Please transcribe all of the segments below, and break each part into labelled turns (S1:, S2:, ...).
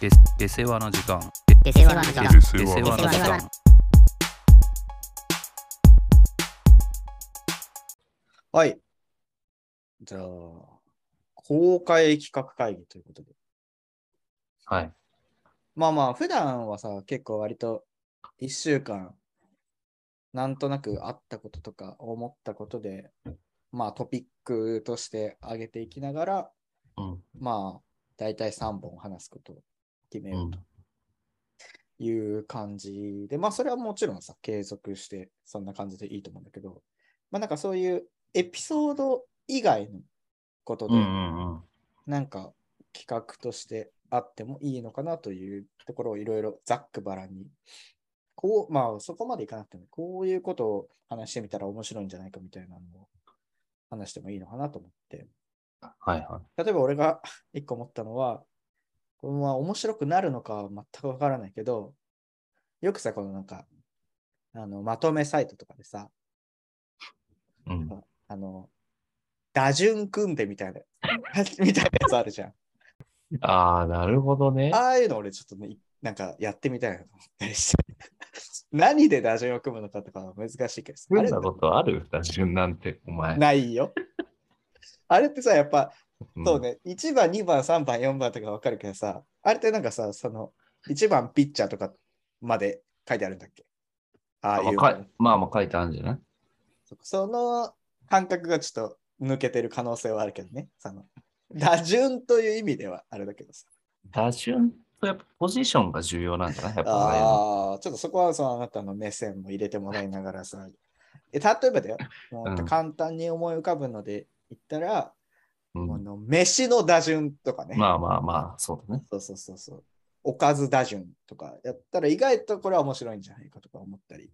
S1: で出世話の時間
S2: 出世話の時間
S3: で
S1: 出
S3: 世
S1: 世
S3: 話
S1: 話の時間
S4: はい。じゃあ、公開企画会議ということで。
S1: はい
S4: まあまあ、普段はさ、結構割と1週間、なんとなくあったこととか思ったことで、まあトピックとして上げていきながら、
S1: うん
S4: まあ、大体3本話すことを決めようという感じで、まあそれはもちろんさ、継続して、そんな感じでいいと思うんだけど、まあなんかそういうエピソード以外のことで、
S1: うんうんうん
S4: なんか企画としてあってもいいのかなというところをいろいろざっくばらんに、こう、まあそこまでいかなくても、こういうことを話してみたら面白いんじゃないかみたいなのを話してもいいのかなと思って、
S1: はいは
S4: 例えば俺が 一個思ったのは、これは面白くなるのかは全くわからないけど、よくさ、このなんか、あの、まとめサイトとかでさ、
S1: いうん
S4: あの、打順組んでみたいな、 みたいなやつあるじゃん。
S1: ああなるほどね
S4: ああいうの俺ちょっとね、いなんかやってみたいなと思ったりして。 何で打順を組むのかとかは難しいけどさ、あ
S1: 組ん
S4: れ
S1: だことある打順なんてお前
S4: ないよ。あれってさ、やっぱ、
S1: うん
S4: そうね、1番、2番、3番、4番とかわかるけどさ、あれってなんかさ、その、1番ピッチャーとかまで書いてあるんだっけああいう
S1: まあかいまあまあ書いてあるんじゃない
S4: そその感覚がちょっと抜けてる可能性はあるけどね、その、打順という意味ではあれだけどさ。
S1: 打順とやっぱポジションが重要なんじゃないやっぱああいうの
S4: ああ、ちょっとそこはそのあなたの目線も入れてもらいながらさ。え例えばだよ、もう
S1: うん
S4: 簡単に思い浮かぶので言ったら、
S1: うん
S4: この飯の打順とかね、
S1: まあまあまあ、そうだね。
S4: そうそうそうそう、おかず打順とかやったら意外とこれは面白いんじゃないかとか思ったり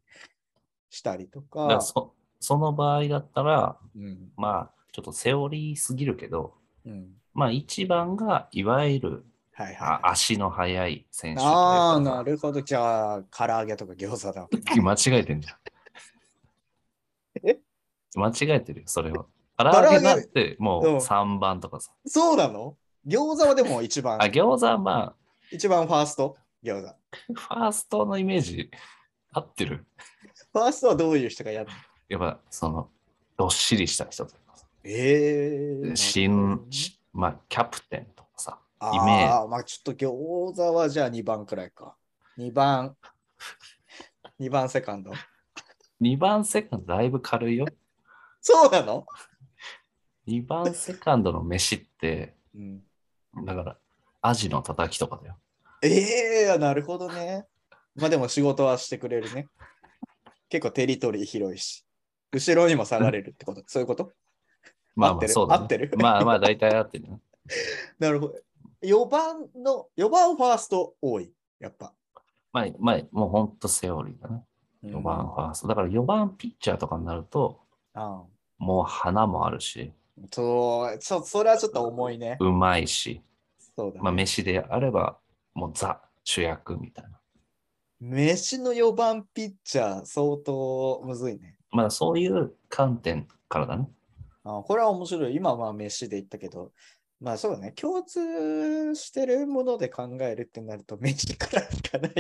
S4: したりと
S1: だか、
S4: から
S1: そその場合だったら、
S4: うん
S1: まあ、ちょっとセオリーすぎるけど、
S4: うん、
S1: まあ、一番がいわゆる
S4: はいはい
S1: あ
S4: はい。
S1: 足の速い選手というか。
S4: ああ、なるほど。じゃあ、唐揚げとか餃子だ。
S1: 間違えてんじゃん。
S4: え
S1: 間違えてるよ、それは。唐
S4: 揚げ
S1: 揚げだってもう
S4: うん
S1: 3番とかさ。
S4: そうなの餃子はでも一番
S1: あ、、餃子はま
S4: 一番ファースト餃子。
S1: あ、ファーストのイメージ合ってる。
S4: ファーストはどういう人がやっ
S1: やっぱ、その、どっしりした人とかさ。
S4: ええ
S1: 新、しまあ、キャプテンとかさ。
S4: あ
S1: イメ
S4: あー、まあちょっと餃子はじゃあ2番くらいか。2番、2番セカンド。
S1: 2番セカンドだいぶ軽いよ。
S4: そうなの、
S1: 2番セカンドの飯って、
S4: うん、
S1: だから、アジのたたきとかだよ。
S4: ええなるほどね。まあでも仕事はしてくれるね。結構テリトリー広いし。後ろにも下がれるってこと。そういうこと
S1: まあ
S4: 合っ
S1: ま
S4: て
S1: あ、
S4: る
S1: そうだ、ね。
S4: 合ってる
S1: まあまあ、大体合ってるよ。
S4: なるほど。4番の、4番ファースト多い。やっぱ。
S1: まあ、まあ、もう本当セオリーだね。4番ファースト。だから4番ピッチャーとかになると、
S4: ああ
S1: もう花もあるし、
S4: そう、ちょ、それはちょっと重いね。
S1: うまいし、
S4: そうだ、ね。
S1: まあ、飯であれば、もうザ主役みたいな。
S4: 飯の4番ピッチャー、相当むずいね。
S1: まあ、そういう観点からだね。
S4: あこれは面白い。今はまあ飯で言ったけど、まあそうだね。共通してるもので考えるってなると、飯からいかない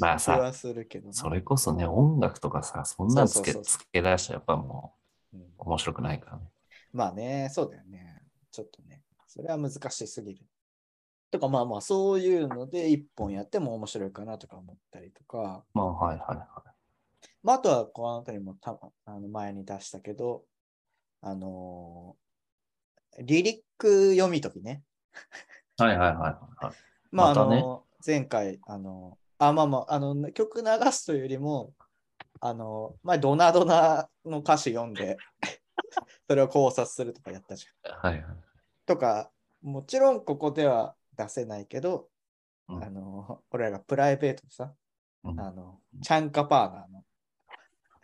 S1: まあ
S4: 気
S1: さ、
S4: はするけどね、
S1: それこそね、音楽とかさ、そんなんつけ
S4: そうそう
S1: つけ出したらやっぱも
S4: うん
S1: う面白くないからね。
S4: まあね、そうだよね。ちょっとね。それは難しすぎる。とかまあまあ、そういうので一本やっても面白いかなとか思ったりとか、
S1: まあ、はいはいはい。
S4: まあ、あとはこの辺りもたあの前に出したけど、あのーリリック読み解きね。
S1: はいはいはいはいはい。
S4: まあ、
S1: またね
S4: あの、前回、あの、あ、まあまあ、あの、曲流すというよりも、あの、前、ドナドナの歌詞読んで、 それを考察するとかやったじゃん。
S1: はいはい。
S4: とか、もちろんここでは出せないけど、
S1: うん
S4: あの、俺らがプライベートでさ、
S1: うん
S4: あの、チャンカパーナの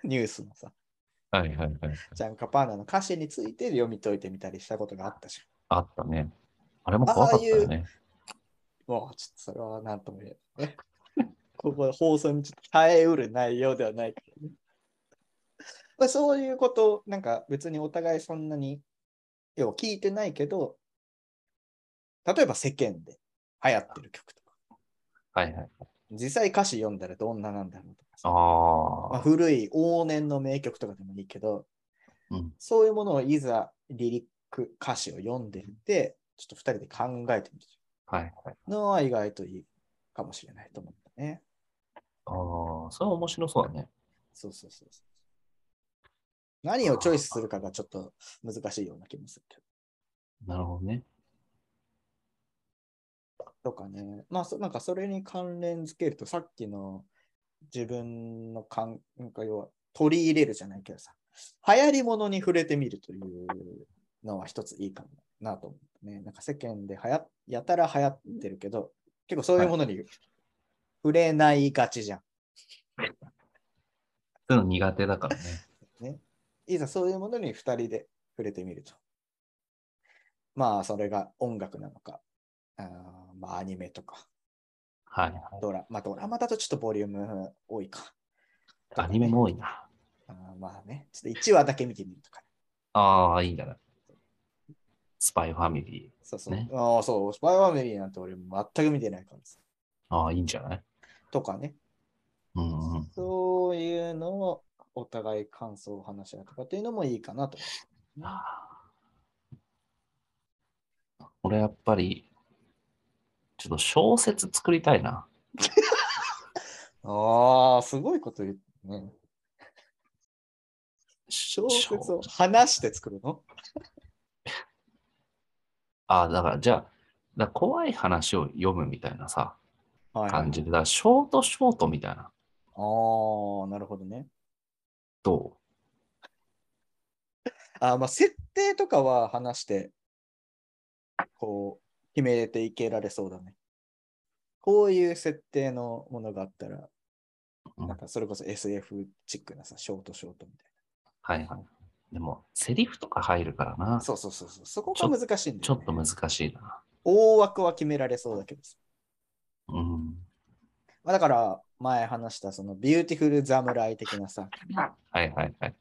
S4: ニュースのさ、
S1: はいはいはい。
S4: チャンカパーナの歌詞について読み解いてみたりしたことがあったじゃん。
S1: あったね。あれも怖かったよね。
S4: もうちょっとそれは何とも言えないね。 ここ放送にちょっと耐えうる内容ではないから、ね。まあそういうこと、なんか別にお互いそんなに、要は聞いてないけど、例えば世間で流行ってる曲とか、
S1: はいはい。
S4: 実際歌詞読んだらどんななんだろうとかさ、まあ、
S1: ああ。
S4: 古い往年の名曲とかでもいいけど、
S1: うん
S4: そういうものをいざリリック歌詞を読んでみて、ちょっと二人で考えてみる
S1: はいはい。
S4: のは意外といいかもしれないと思ったね。
S1: ああ、それは面白そうだね。
S4: そうそうそうそう。何をチョイスするかがちょっと難しいような気もするけど。
S1: なるほどね。
S4: とかね、まあそ、なんかそれに関連づけると、さっきの自分のかん、なんか要は取り入れるじゃないけどさ、流行り物に触れてみるというのは一ついいかもなと思うね。なんか世間で流行やたら流行ってるけど、結構そういうものに触れないがちじゃん。
S1: そういうの苦手だからね。
S4: いざそういうものに2人で触れてみると。まあ、それが音楽なのか、あーまあ、アニメとか、
S1: はいはい。
S4: ドラまあ、ドラマだとちょっとボリューム多いか。
S1: アニメも多いな。
S4: あーまあね、ちょっと1話だけ見てみるとか。
S1: ああ、いいんじゃない。スパイファミリ
S4: そうそう。
S1: ね
S4: ああ、そう、スパイファミリーなんて俺全く見てないからです。
S1: ー。ああ、いいんじゃない
S4: とかね、
S1: うんうん。
S4: そういうのをお互い感想を話し合うとかっていうのもいいかなと。
S1: 俺やっぱり、ちょっと小説作りたいな。
S4: ああ、すごいこと言うね。小説を話して作るの
S1: ああ、だからじゃあ、だから怖い話を読むみたいなさ、
S4: はいはい。
S1: 感じで、だからショートショートみたいな。
S4: ああ、なるほどね。
S1: ど
S4: あまあ、設定とかは話して、こう、決めていけられそうだね。こういう設定のものがあったら、
S1: うん
S4: なんかそれこそ SF チックなさ、ショートショートみたいう
S1: はいはい。でも、セリフとか入るからな
S4: な。。そうそうそうそう。そこが難しいんだ
S1: ちょ
S4: よ、ね
S1: っ。と難しいな。
S4: 大枠は決められそうだけどさ。
S1: うん。
S4: まあ、だから、前話したそのビューティフル侍的なさ、
S1: はいはいはい。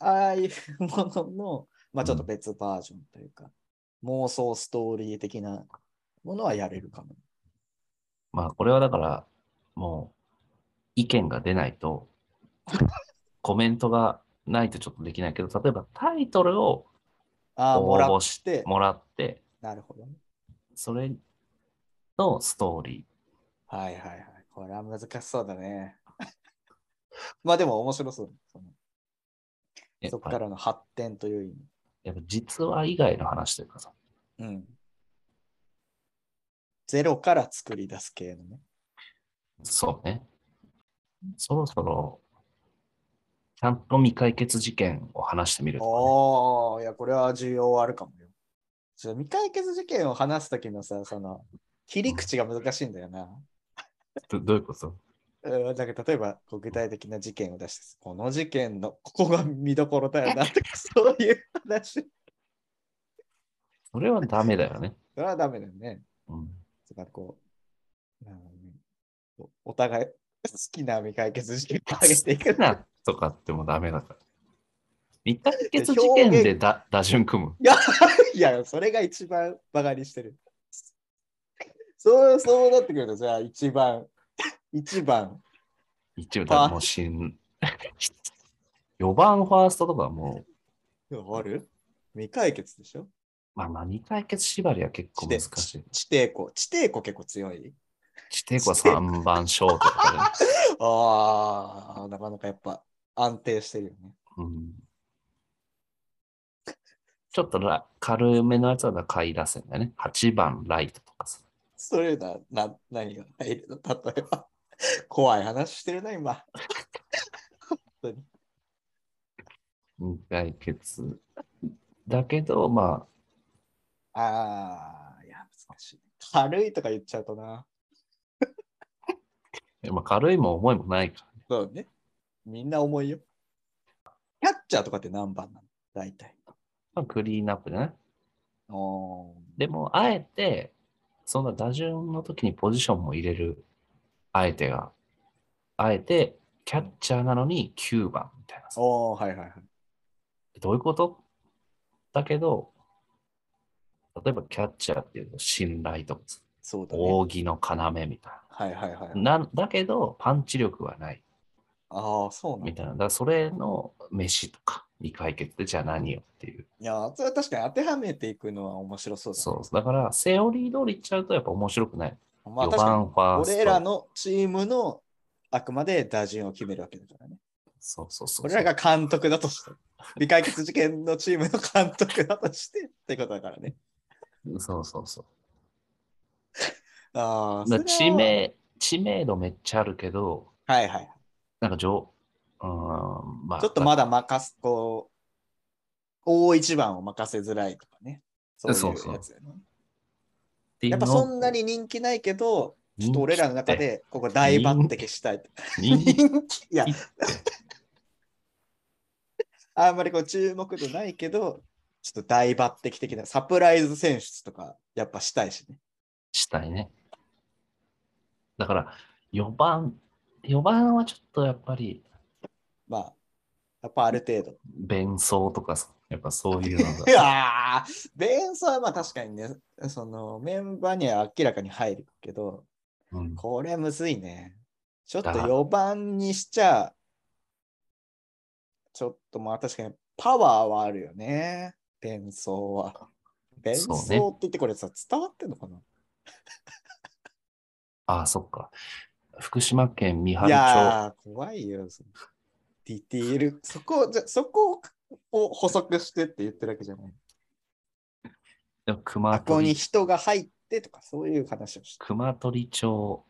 S4: ああいうものの、まあちょっと別バージョンというか、妄想ストーリー的なものはやれるかも。
S1: まあ、これはだから、もう、意見が出ない と、コメントがないとちょっとできないけど、例えばタイトルを
S4: ああ、も
S1: 応
S4: ら
S1: 募
S4: っ、
S1: してもらって、
S4: なるほどね。
S1: それのストーリ
S4: はいはいはい。これは難しそうだね。 まあでも面白そう。その
S1: ー。
S4: そこか
S1: やっぱ
S4: らの発展という意味。
S1: やっぱ実話以外の話というかさ、
S4: うん。ゼロから作り出す系のね。
S1: そうね。そろそろ、ちゃんと未解決事件を話してみるとか、ね。
S4: おー、いや、これは需要あるかもよ。ちょ未解決事件を話すときのさ、その、切り口が難しいんだよな。
S1: どどういうこと
S4: うん、なんか例えば、こう具体的な事件を出して、この事件の、ここが見どころだよな、とか、そういう話。
S1: それはダメだよね。
S4: それはダメだよね。
S1: うん、
S4: つまりこう、なんおお互い 好きな未解決事件を上げていく
S1: 好き
S4: な。
S1: なとかってもダメだから。未解決事件でだ打順組む。
S4: いや、いや、それが一番バカにしてる。そう、そうなってくると、じゃあ一番、一番、
S1: 一応、だからもう死ん。4番ファーストとかはもう、
S4: ある未解決でしょ
S1: まあまあ未解決縛りは結構難しい。
S4: 地底湖。地底湖結構強い
S1: 地底湖は3番ショートとかで、
S4: ああ、なかなかやっぱ安定してるよね。
S1: うんちょっとら軽めのやつはだから下位打線だね。8番ライトとかさ。
S4: それだ、な、何が入るの例えば。怖い話してるな、今。本当に。
S1: 未解決。だけど、ま
S4: ああ、いや、難しい。軽いとか言っちゃうとな。
S1: あ、まあ、軽いも重いもないから。
S4: そうね。みんな重いよ。キャッチャーとかって何番なの大体。
S1: まあ、クリーンアップじゃない
S4: お
S1: でも、あえて、そんな打順の時にポジションも入れる、あえてが、あえて、キャッチャーなのに9番みたいなさ。
S4: おーはいはいはい。
S1: どういうことだけど、例えばキャッチャーっていうと信頼とかさ、
S4: そうだね。
S1: 扇の要みたい
S4: はいはいはい。
S1: な。なんだけど、パンチ力はない
S4: ああ、そうなんだ。
S1: みたいな。だからそれの飯とかに解決で、じゃあ何よっていう。
S4: いや、それは確かに当てはめていくのは面白そうだ、ね。
S1: そう。だから、セオリー通りいっちゃうとやっぱ面白くない。
S4: まあ
S1: 4
S4: 確か
S1: 番ファ
S4: に、
S1: ースト。
S4: 俺らのチームのあくまで打順を決めるわけだからね。
S1: そうそうそうそう。
S4: 俺らが監督だとして、未解決事件のチームの監督だとしてってことだからね。
S1: そうそうそう。
S4: ああ、
S1: だから
S4: それ
S1: 知
S4: は。
S1: 名、知名度めっちゃあるけど、
S4: はいはい。
S1: なんか上、うーん、まあ、
S4: ちょっとまだ任す、こう、大一番を任せづらいとかね。そういう
S1: そうそう
S4: やつだよね。
S1: ていう
S4: やっぱ
S1: の
S4: そんなに人気ないけど、ちょっと俺らの中でここ大抜擢したい。
S1: 人気って。
S4: 人気いや、 あんまりこう注目度ないけど、ちょっと大抜擢的なサプライズ選出とかやっぱしたいしね。
S1: したいね。だから、4番、4番はちょっとやっぱり、
S4: まあ、やっぱある程度。
S1: 弁奏とかさ、やっぱそういうの が。
S4: いやー、ベンソンはまあ確かにね、そのメンバーには明らかに入るけど、
S1: うん
S4: これむずいね。ちょっと
S1: だ
S4: 4番にしちゃ、ちょっとまあ確かにパワーはあるよね。伝送は。伝送
S1: そうね
S4: って言ってこれさ、伝わってんのかな
S1: ああ、そっか。福島県三
S4: い
S1: 春町。
S4: やー、怖いよ。そのディティール。そこ、じゃそこを補足してって言ってるわけじゃない。
S1: でも熊
S4: あここに
S1: 取
S4: 人が入ってとか、そういう話をして。
S1: 熊取町、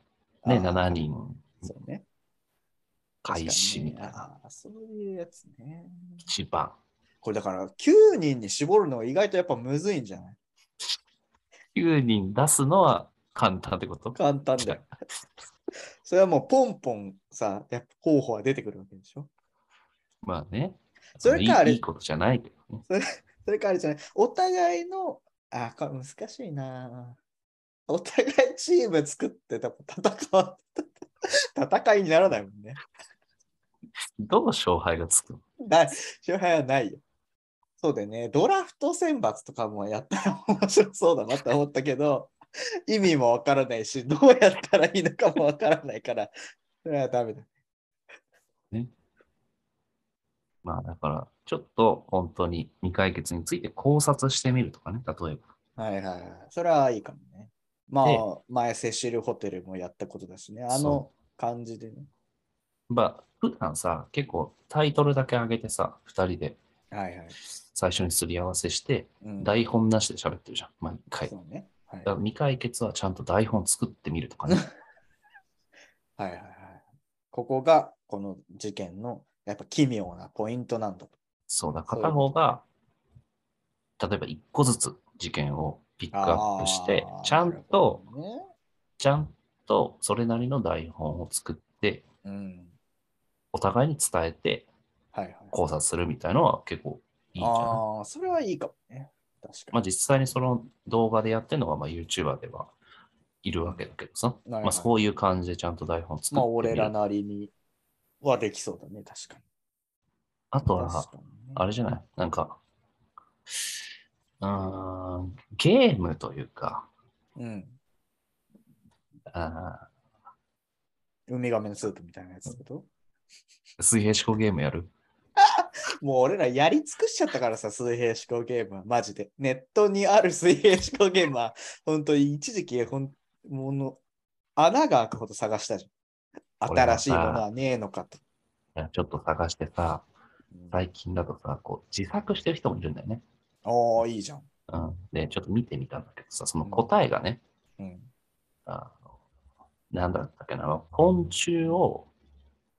S1: ね、
S4: あー
S1: 7人
S4: そうね。
S1: 開始みたい
S4: 確かにね
S1: な。
S4: あーそういうやつね。
S1: 一番。
S4: これだから9人に絞るのは意外とやっぱむずいんじゃない
S1: 9人出すのは簡単ってこと
S4: 簡単だよ。 それはもうポンポンさ、やっぱ候補は出てくるわけでしょ。
S1: まあね。
S4: それかあれ
S1: いいいいことじゃないけどね。
S4: それからあれじゃない、お互いの、あ、これ難しいな。お互いチーム作ってた戦わ戦いにならないもんね。
S1: どう勝敗がつくの
S4: ない、勝敗はないよ。そうだよね。ドラフト選抜とかもやったら面白そうだなって思ったけど、意味もわからないし、どうやったらいいのかもわからないから、それはダメだ。
S1: まあだから、ちょっと本当に未解決について考察してみるとかね、例えば。
S4: はいはいはい。それはいいかもね。ま
S1: で
S4: あ、前、セシルホテルもやったことだしね。あの
S1: そ
S4: 感じでね。
S1: まあ、普段さ、結構タイトルだけ上げてさ、2人で
S4: はいはい。
S1: 最初にすり合わせして、
S4: うん、
S1: 台本なしで喋ってるじゃん、毎回。だ
S4: そうね。はい、
S1: から未解決はちゃんと台本作ってみるとか ね。
S4: はいはいはい。ここが、この事件の、やっぱ奇妙なポイントなんだと。
S1: そうだ、
S4: そういうこと
S1: 片方が、例えば1個ずつ事件をピックアップして
S4: あー、
S1: ちゃんと、、
S4: なるほどね
S1: ちゃんとそれなりの台本を作って、
S4: うん。
S1: お互いに伝えて
S4: はいはい。
S1: 考察するみたいのは結構いいんじゃない
S4: ああ、それはいいかもね。確か
S1: まあ、
S4: に。
S1: 実際にその動画でやってるのがまあ YouTuber ではいるわけだけどさ、
S4: はい
S1: まあ、そういう感じでちゃんと台本作ってみる
S4: まあ、俺らなりにはできそうだね。確かに。
S1: あとは
S4: 確、かにね
S1: あれじゃないなんか、うーん、ゲームというか、
S4: うん。
S1: あ
S4: ウミガメのスープみたいなやつだけど。
S1: ー水平思考ゲームやる
S4: もう俺らやり尽くしちゃったからさ、水平思考ゲームは、マジで。ネットにある水平思考ゲームは、本当に一時期ほん、もの、穴が開くほど探したじゃん。
S1: 俺
S4: 新
S1: はさ
S4: しいものはねえのかと。
S1: いやちょっと探してさ、最近だとさ、こう自作してる人もいるんだよね。
S4: おおいいじゃん。
S1: うん、で、ちょっと見てみたんだけどさ、その答えがね、
S4: うん。
S1: あのなんだったっけな、昆虫を、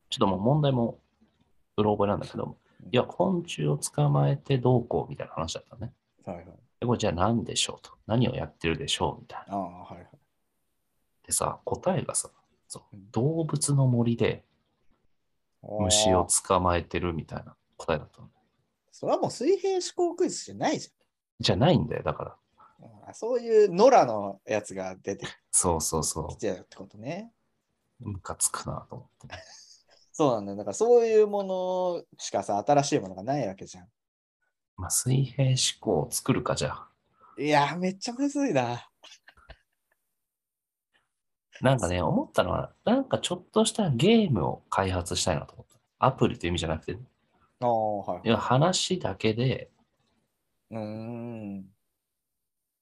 S1: ちょっともう問題もうろ覚えなんだけど、いや、昆虫を捕まえてどうこうみたいな話だったのね。
S4: はいはい。
S1: でこれじゃあ何でしょうと。何をやってるでしょうみたいな。
S4: ああ、はいはい。
S1: でさ、答えがさ、そう
S4: うん
S1: 動物の森で
S4: おー
S1: 虫を。捕まえてるみたいな答えだったの。
S4: それはもう水平思考クイズじゃないじ
S1: じゃないんだよ、だから。
S4: ゃん。あーそういう野良のやつが出て
S1: そうそう
S4: き
S1: そ
S4: てるってことね。
S1: う。ムカつくなと思って。
S4: そうなんだよ。だからそういうものしかさ、新しいものがないわけじゃん。
S1: まあ、水平思考を作るか、じゃあ。
S4: いやー、めっちゃむずいな。
S1: なんかね、思ったのは、なんかちょっとしたゲームを開発したいなと思った。アプリという意味じゃなくて、
S4: ああ、はい。
S1: 要は話だけで、
S4: うーん。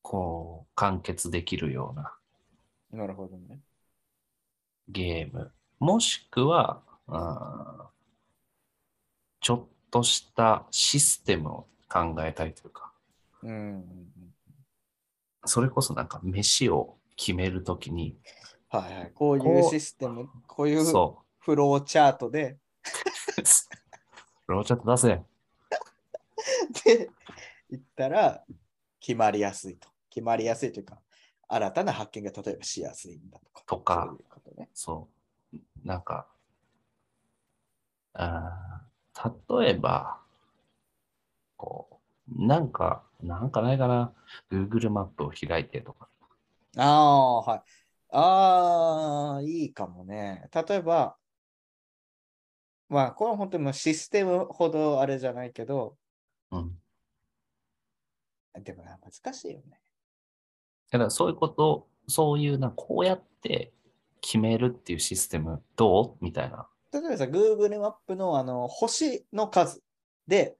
S1: こう、完結できるような
S4: なるほどね。
S1: ゲーム。もしくは、うんちょっとしたシステムを考えたいというか、
S4: うんうんうん。
S1: それこそなんか飯を決めるときに、
S4: はいはい。こうい
S1: こ
S4: う
S1: う
S4: システム、こういう
S1: そう、
S4: フローチャートで、
S1: ローチャット出せ。
S4: で、言ったら、決まりやすいと。決まりやすいというか、新たな発見が例えばしやすいんだとか。
S1: とか
S4: そういうことね。
S1: そう。なんか、あー例えば、こう、なんか、なんかないかな、Google マップを開いてとか。
S4: ああ、はい。ああ、いいかもね。例えば、まあ、これは本当にもうシステムほどあれじゃないけど、
S1: うん。
S4: でもな難しいよね。
S1: だからそういうこと、そういうな、こうやって決めるっていうシステム、どうみたいな。
S4: 例えばさ、Google マップのあの星の数で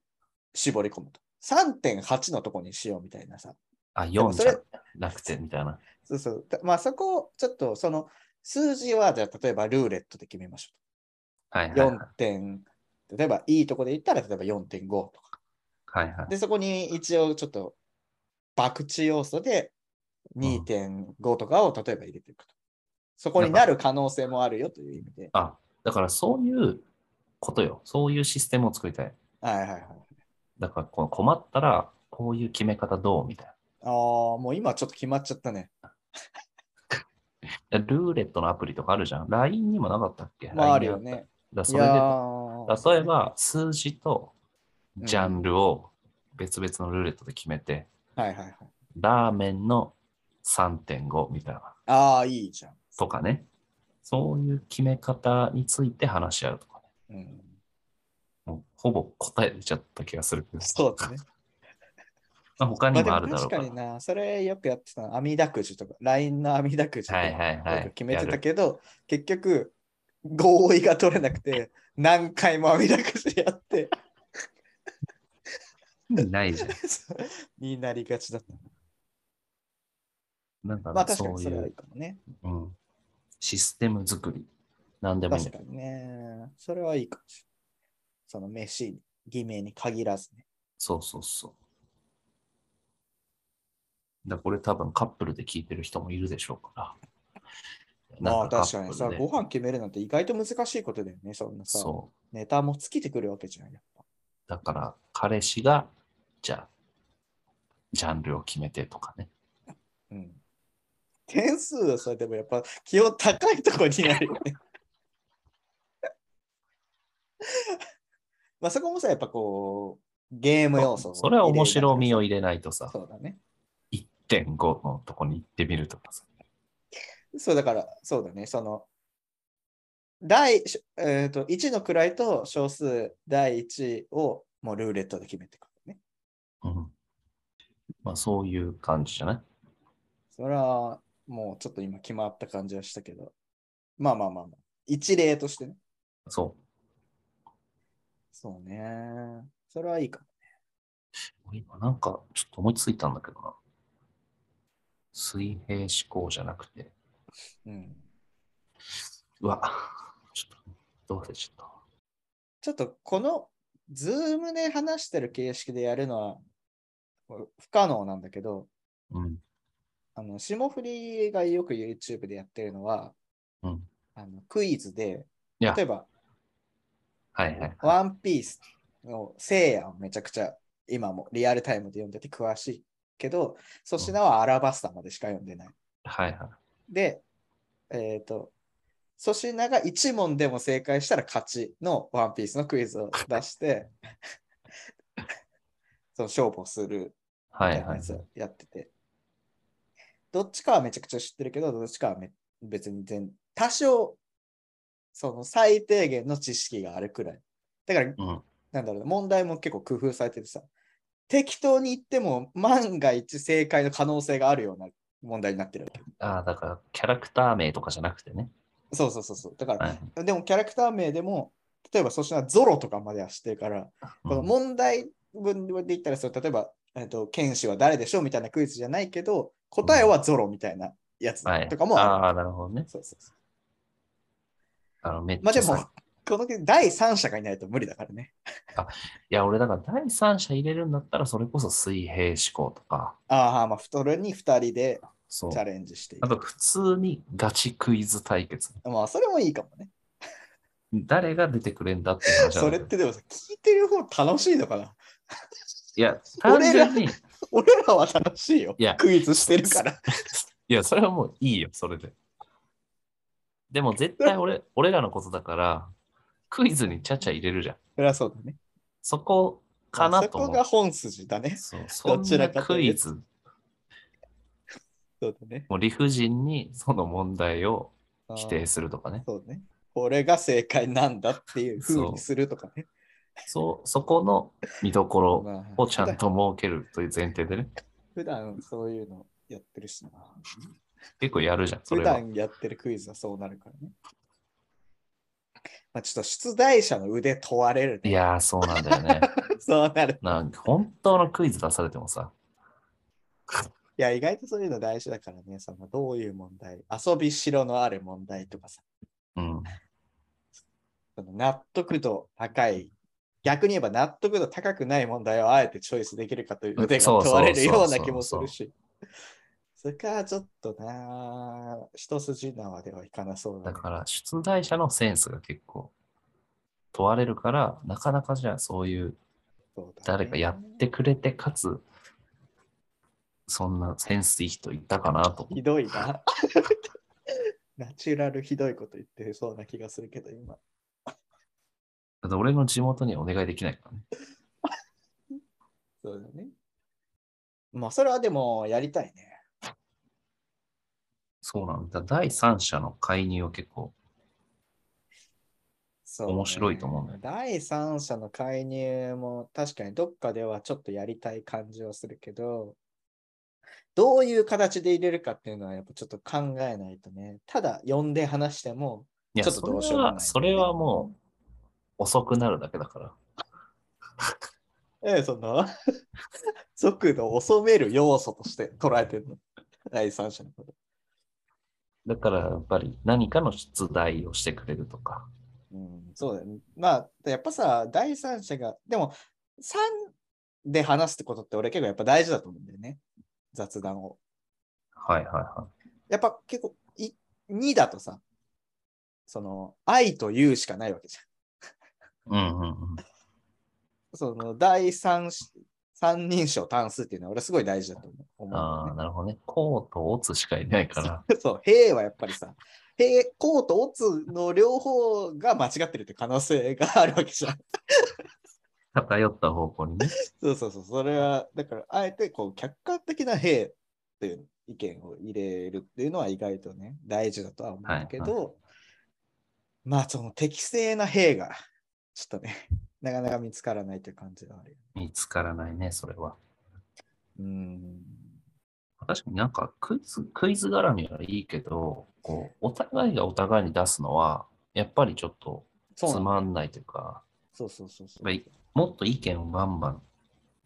S4: 絞り込むと。3.8のとこにしようみたいなさ。
S1: あ、
S4: も
S1: 4
S4: そ
S1: じ
S4: れ
S1: ゃなくて、みたいな。
S4: そうそう。たまあそこをちょっとその数字はじゃあ例えばルーレットで決めまし
S1: はい
S4: ょ
S1: は
S4: う。
S1: い
S4: 4点、例えばいいとこで言ったら例えば4.5とか。
S1: はい。はいはい
S4: で、そこに一応ちょっと博打要素で2.5とかを例えば入れていくと。そこになる可能性もあるよという意味で。
S1: あ、だからそういうことよ。そういうシステムを作りたい。
S4: はいはいはい。
S1: だからこう困ったら、こういう決め方どうみたいな。
S4: ああ、もう今ちょっと決まっちゃったね。
S1: ルーレットのアプリとかあるじゃん。LINE にもなかったっけ
S4: まあある
S1: LINE
S4: よ
S1: にあっ
S4: ね。
S1: ただそ
S4: い
S1: れで
S4: やー
S1: 例えば数字とジャンルを別々のルーレットで決めて、
S4: はいはいはい。
S1: ラーメンの3.5みたいな
S4: ああ、いいじゃん。
S1: とかね。そういう決め方について話し合うとか、ね。
S4: うん、
S1: もうほぼ答え出ちゃった気がするけど。
S4: そうだね。
S1: まあ他にもある
S4: ま
S1: だろう
S4: で
S1: から。
S4: 確かにな、それよくやってたの。網だくじとか、LINE の網だくじとか
S1: はいはいはい
S4: よく決めてたけど、結局、合意が取れなくて、何回も網だくじやって、
S1: ないじゃん。
S4: になりがちだった。
S1: なんかね、
S4: まあ確か
S1: そ
S4: に
S1: う
S4: そ
S1: い、
S4: れはいいうかもね。
S1: うん、システム作り。なんでもいい
S4: 確かにね。それはいいかもしれない。その飯に、偽名に限らずね。
S1: そうそうそう。だからこれ多分カップルで聞いてる人もいるでしょうから。
S4: ま
S1: な
S4: あ
S1: んカ
S4: 確
S1: ッ
S4: かに
S1: プ
S4: さ、
S1: ルで
S4: ご飯決めるなんて意外と難しいことだよね。そんなさ、
S1: そ
S4: ネタも尽きてくるわけじゃん。やっぱ
S1: う。だから彼氏が、じゃあ、ジャンルを決めてとかね。
S4: うん、点数はそれでもやっぱ気温高いとこになるよね。 まあそこもさ、やっぱこう、ゲーム要素を
S1: それは面白み
S4: を。
S1: を入れないとさ、
S4: そうだね。
S1: 1.5のとこに行ってみるとかさ。
S4: そうだから、そうだね。その、第、えー、と1の位と小数第1をもうルーレットで決めていくね。
S1: うん。まあそういう感じじゃない
S4: それはもうちょっと今決まった感じはしたけど、まあまあまあまあ、一例としてね。
S1: そ
S4: そうね。それはいいかも。
S1: う。今なんかちょっと思いついたんだけどな。水平思考じゃなくて、
S4: うん。
S1: うわ、ちょっと、どうせちょっと。
S4: ちょっとこの、ズームで話してる形式でやるのはこう不可能なんだけど、
S1: うん。
S4: あの、霜降りがよく YouTube でやってるのは、
S1: うん
S4: あのクイズで、
S1: いや
S4: 例えば、
S1: はいはい。
S4: ワンピースの聖夜をめちゃくちゃ今もリアルタイムで読んでて詳しいけど、粗品はアラバスタまでしか読んでない。
S1: はいはい。
S4: で、えっ、と、粗品が1問でも正解したら勝ちのワンピースのクイズを出して、 その勝負をするみ
S1: は
S4: た
S1: い
S4: いな
S1: はい
S4: や。つをやってて、どっちかはめちゃくちゃ知ってるけど、どっちかはめ別に全、多少、その最低限の知識があるくらい。だから、
S1: うん。
S4: なんだろうな、問題も結構工夫されててさ、適当に言っても万が一正解の可能性があるような問題になってるわけ。
S1: ああ、だからキャラクター名とかじゃなくてね。
S4: そうそうそうそう。だから、
S1: はい。
S4: でもキャラクター名でも、例えばそしたらゾロとかまではしてるから、この
S1: うん
S4: 問題文で言ったらそう、例えば、えっと、剣士は誰でしょうみたいなクイズじゃないけど、答えはゾロみたいなやつ
S1: はい、
S4: とかもある。
S1: ああ、なるほどね。
S4: そうそうそう
S1: あのめっち
S4: まあで
S1: ゃ
S4: も
S1: さ、
S4: この第三者がいないと無理だからね。
S1: いや、俺だから第三者入れるんだったら、それこそ水平思考とか、
S4: ああ、まあ、それに2人で
S1: そう
S4: チ。ャレンジしてい
S1: あ
S4: く。
S1: と、普通にガチクイズ対決。
S4: まあ、それもいいかもね。
S1: 誰が出てくれんだって話な
S4: そ
S1: んだ
S4: れっ
S1: けど
S4: てでもさ、聞いてる方楽しいのかない
S1: や、単純に、い
S4: 俺らは楽しいよ。
S1: いや
S4: クイズして るから。
S1: や、それはもういいよ、それで。でも絶対俺俺らのことだから、クイズにちゃちゃ入れるじゃん。
S4: そりゃそうだね。
S1: そこかなと
S4: そこ
S1: 思
S4: が
S1: う。
S4: 本筋だね。
S1: そうそ
S4: どち
S1: ん
S4: ら
S1: な
S4: かと
S1: ク
S4: い
S1: イ
S4: うと
S1: ズ、
S4: そうだね。
S1: もう理不尽にその問題を
S4: あー
S1: 否定するとかね。
S4: そうね。これが正解なんだっていうふう
S1: そう
S4: にするとかね。
S1: そうそこの見どころ
S4: まあ
S1: をちゃんと設けるという前提でね、
S4: 普段そういうのやってるしな。
S1: 結構やるじゃん、そ
S4: 普
S1: れは。
S4: 段やってるクイズはそうなるからね。まあ、ちょっと出題者の腕問われる
S1: い
S4: ね。
S1: やー、そうなんだよね。
S4: そうなる。
S1: なんか本当のクイズ出されてもさ、
S4: いや、意外とそういうの大事だからね。そのどういう問題、遊びしろのある問題とかさ、
S1: うん、
S4: その納得度高い、逆に言えば納得度高くない問題をあえてチョイスできるかという腕が
S1: そう
S4: 問
S1: そう
S4: われる
S1: そう
S4: ような
S1: そう
S4: 気もす
S1: そう
S4: るし。それか、ちょっとな、一筋縄ではいかなそうだ
S1: だ
S4: ね。
S1: から出題者のセンスが結構問われるから、なかなかじゃあそういう
S4: そうだね
S1: 誰かやってくれて、かつ、そんなセンスいい人いたかなと。
S4: ひどいな。 ナチュラルひどいこと言ってそうな気がするけど、今。
S1: だって俺の地元にはお願いできないからね。
S4: そうだね。まあ、それはでもやりたいね。
S1: そうなんだ。第三者の介入は結構、
S4: そう
S1: 面白いと思うんだよね
S4: 第三者の介入も確かにどっかではちょっとやりたい感じはするけど、どういう形で入れるかっていうのはやっぱちょっと考えないとね。ただ呼んで話しても、
S1: いや、
S4: ちょっと
S1: そ
S4: どうし
S1: れ
S4: ようもない
S1: は、それはもう、遅くなるだけだから。
S4: ええ、そんな 速度を遅める要素として捉えてるの。第三者のこと。
S1: だから、やっぱり何かの出題をしてくれるとか。
S4: うん、そうだよね。まあ、やっぱさ、第三者が、でも、3で話すってことって俺結構やっぱ大事だと思うんだよね。雑談を。
S1: はいはいは
S4: やっぱ結構、い2だとさ、その、愛と言うしかないわけじ
S1: い。うんうんうん。
S4: ゃん。その、第三し、三人称単数っていうのは俺すごい大事だと思う思うんだよ
S1: あ
S4: ね
S1: あ、なるほどね。こうとオツしかいないから。
S4: そう、兵はやっぱりさ、兵、コーとオツの両方が間違ってるって可能性があるわけじゃん。
S1: 偏った方向にね。
S4: そうそうそう、それは、だから、あえてこう客観的な兵っていう意見を入れるっていうのは意外とね、大事だとは思うんだけど、
S1: はい
S4: まあ、その適正な兵が、ちょっとね、 なかなか見つからないという感じがあるよ。
S1: 見つからないね、それは。
S4: うん。
S1: 確かになんかクイズ、クイズ絡みはいいけど、こう、お互いがお互いに出すのは、やっぱりちょっと
S4: そう
S1: つ
S4: なんだ
S1: まんないというか、
S4: そうそうそうそ
S1: やっぱ
S4: う
S1: り。もっと意見をバンバン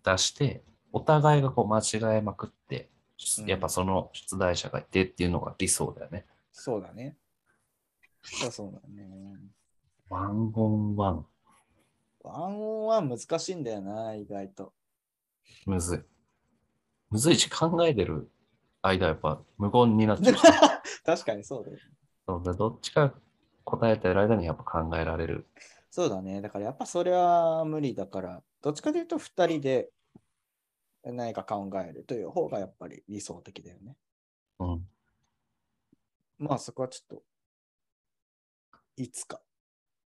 S1: 出して、お互いがこう間違えまくって、
S4: うん
S1: やっぱその出題者がいてっていうのが理想だよね。
S4: そうだね。そうそうだね。
S1: ワンオンワン。
S4: ワンオンワン難しいんだよな、意外と。
S1: むずい。むずいし、考えてる間やっぱ無言にな っちゃうし。
S4: 確かにそうだよ。
S1: そうだどっちか答えてる間にやっぱ考えられる。
S4: そうだね。だからやっぱそれは無理だから、どっちかというと2人で何か考えるという方がやっぱり理想的だよね。
S1: うん。
S4: まあそこはちょっと、いつか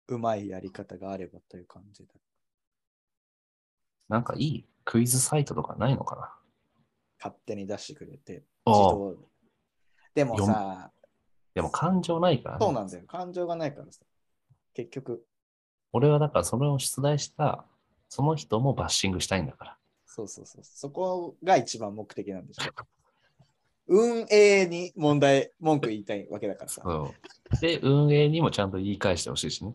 S4: うまいやり方があればという感じだ。
S1: なんかいいクイズサイトとかないのかな
S4: 勝手に出してくれて、自
S1: ああ、
S4: 動で。でもさ、
S1: でも感情ないから、ね。
S4: そうなんだよ。感情がないからさ。結局、
S1: 俺はだからそれを出題したその人もバッシングしたいんだから。
S4: そうそうそう。そこが一番目的なんでし ょう。運営に問題、文句言いたいわけだからさ。
S1: そうで、運営にもちゃんと言い返してほしいしね。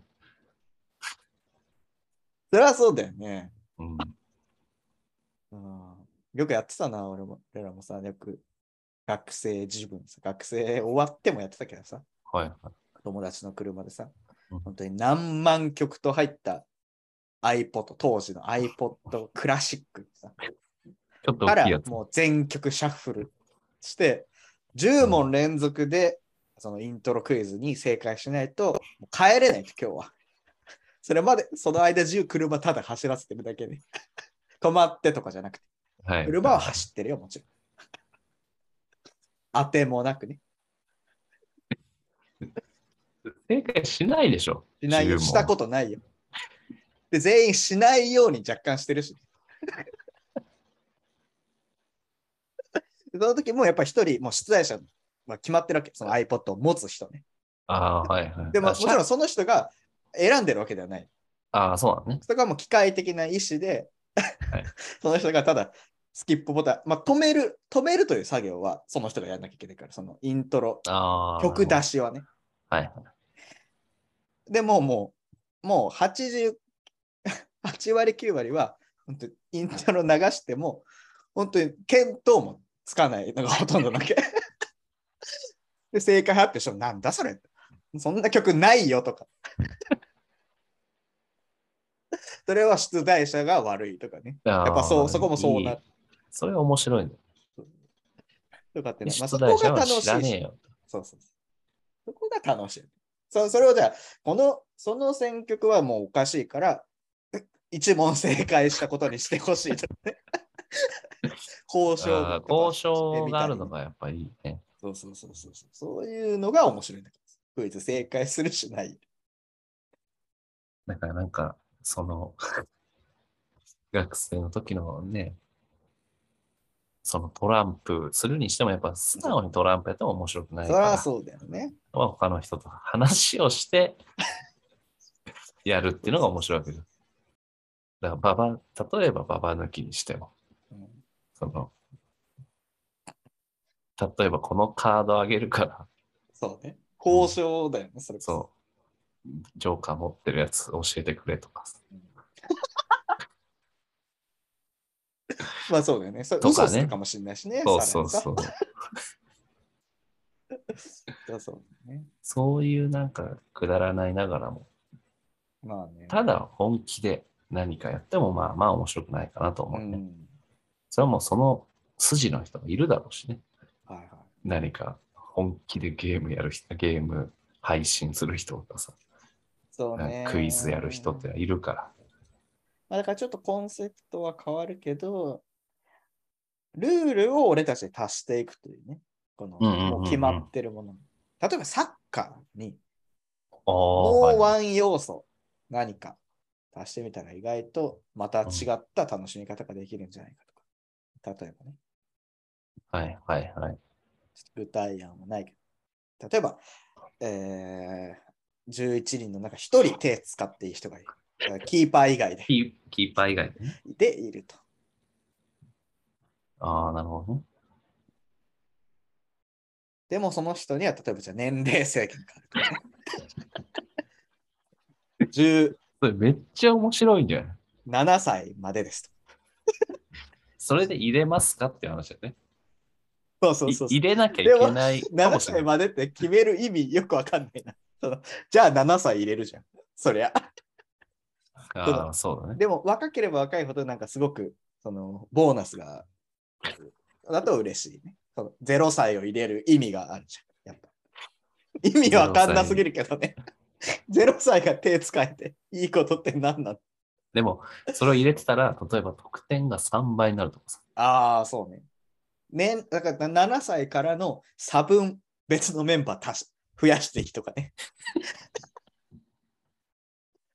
S4: そりゃそうだよね。
S1: うん。
S4: うんよくやってたな、俺も。俺らもさ、よく学生自分さ、学生終わってもやってたけどさ、
S1: はいはい。
S4: 友達の車でさ
S1: うん、
S4: 本当に何万曲と入った iPod、当時の iPod クラシックさ、
S1: ちょっと
S4: か
S1: 大
S4: ら
S1: きいやつ。
S4: もう全曲シャッフルして、10問連続でそのイントロクイズに正解しないと、もう帰れないと今日は。それまで、その間中車ただ走らせてるだけで。止まってとかじゃなくて。
S1: はい。
S4: 車は走ってるよ、もちろん。 当てもなくね。
S1: 正解しないでしょ。
S4: しないよ、
S1: 注文
S4: したことないよ。で、全員しないように若干してるし。 その時もうやっぱ一人、もう出題者は決まってるわけ。その iPod を持つ人ね。
S1: ああ、はいはい。
S4: でも、
S1: あ
S4: もちろんその人が選んでるわけではない。
S1: ああ、そうだね。
S4: そこはもう機械的な意思で、
S1: はい
S4: その人がただスキップボタン、まあ、止める、止めるという作業はその人がやらなきゃいけないから、そのイントロ、
S1: ああ。
S4: 曲出しはね。
S1: はいはい。
S4: でもうもう、もう80、8割9割は、本当にイントロ流しても、本当に見当もつかないのがほとんどなわけ。 で、正解発表しても、なんだそれそんな曲ないよ とか。それは出題者が悪いとかね。
S1: や
S4: やっぱそう、そこもそうなる。
S1: それは面白いね。
S4: とかってね。まあ、そ
S1: 出
S4: こ
S1: 題者は
S4: が楽しい
S1: 知らね
S4: し
S1: えよ。
S4: そうそうそう。そこが楽しい。そそれをじゃあ、この、その選曲はもうおかしいから、一問正解したことにしてほしいと、 ね。交渉
S1: あ
S4: と
S1: あ
S4: か
S1: 交渉があるの
S4: してみたりね
S1: がやっぱりいいね。
S4: そうそうそうそうそう。そういうのが面白いんだから。クイズ正解するしない。
S1: だからなんか、その、 学生の時のね、そのトランプするにしても、やっぱ素直にトランプやっても面白くない
S4: そ
S1: か
S4: り
S1: ら、
S4: ゃそうだよね。
S1: まあ他の人と話をして、やるっていうのが面白いわけです。だから、ババ、例えばババ抜きにしても、
S4: うん
S1: その、例えばこのカードあげるから、
S4: そうね。交渉だよね、それこそ。
S1: そう、ジョーカー持ってるやつ教えてくれとか、
S4: まあそうだよね。それ
S1: とかね
S4: 嘘するかもしれないしね。
S1: そうそう
S4: さらにさ
S1: そう。
S4: そうそうだよね。
S1: そういうなんかくだらないながらも、
S4: まあね。
S1: ただ本気で何かやってもまあまあ面白くないかなと思
S4: う
S1: うね。
S4: ん。
S1: それはもうその筋の人がいるだろうしね。
S4: はいはい。
S1: 何か本気でゲームやる人、ゲーム配信する人とかさ、
S4: そう
S1: なん
S4: ね。
S1: かクイズやる人って。いるから。
S4: まあ、だからちょっとコンセプトは変わるけど、ルールを俺たちで足していくというね、この
S1: うんうんうんうん
S4: もう決まってるもの。例えばサッカーに
S1: ああ、
S4: もう
S1: はい
S4: ワン要素、何か足してみたら意外とまた違った楽しみ方ができるんじゃないかとか。例えばね、
S1: はいはいはい。
S4: ちょっと具体案はないけど、例えば、えー、11人の中1人手使っていい人がいる。だからキーパー以外で
S1: キーキーパー以外でね。
S4: でいると。
S1: ああ、なるほどね。
S4: でもその人には例えばじゃあ年齢制限があるとかね。
S1: それめっちゃ面白いんじゃない
S4: 17歳までです
S1: それで入れますかっていう話だよね。
S4: と。そう
S1: い
S4: そうそうそう
S1: 入。れなきゃいけないかも
S4: 7
S1: しれ
S4: 歳
S1: ない。
S4: までって決める意味よくわかんないな。そのじゃあ7歳入れるじゃん。そりゃ。
S1: ああ、そうだね。
S4: でも若ければ若いほどなんかすごくそのボーナスがだと嬉しいね。その0歳を入れる意味があるじゃん。やっぱ意味わかんなすぎるけどね。0歳が手使えていいことって何なの
S1: でも、それを入れてたら、例えば得点が3倍になるとかさ。
S4: ああ、そうね。ね、だから7歳からの差分、別のメンバー足し増やしていくとかね。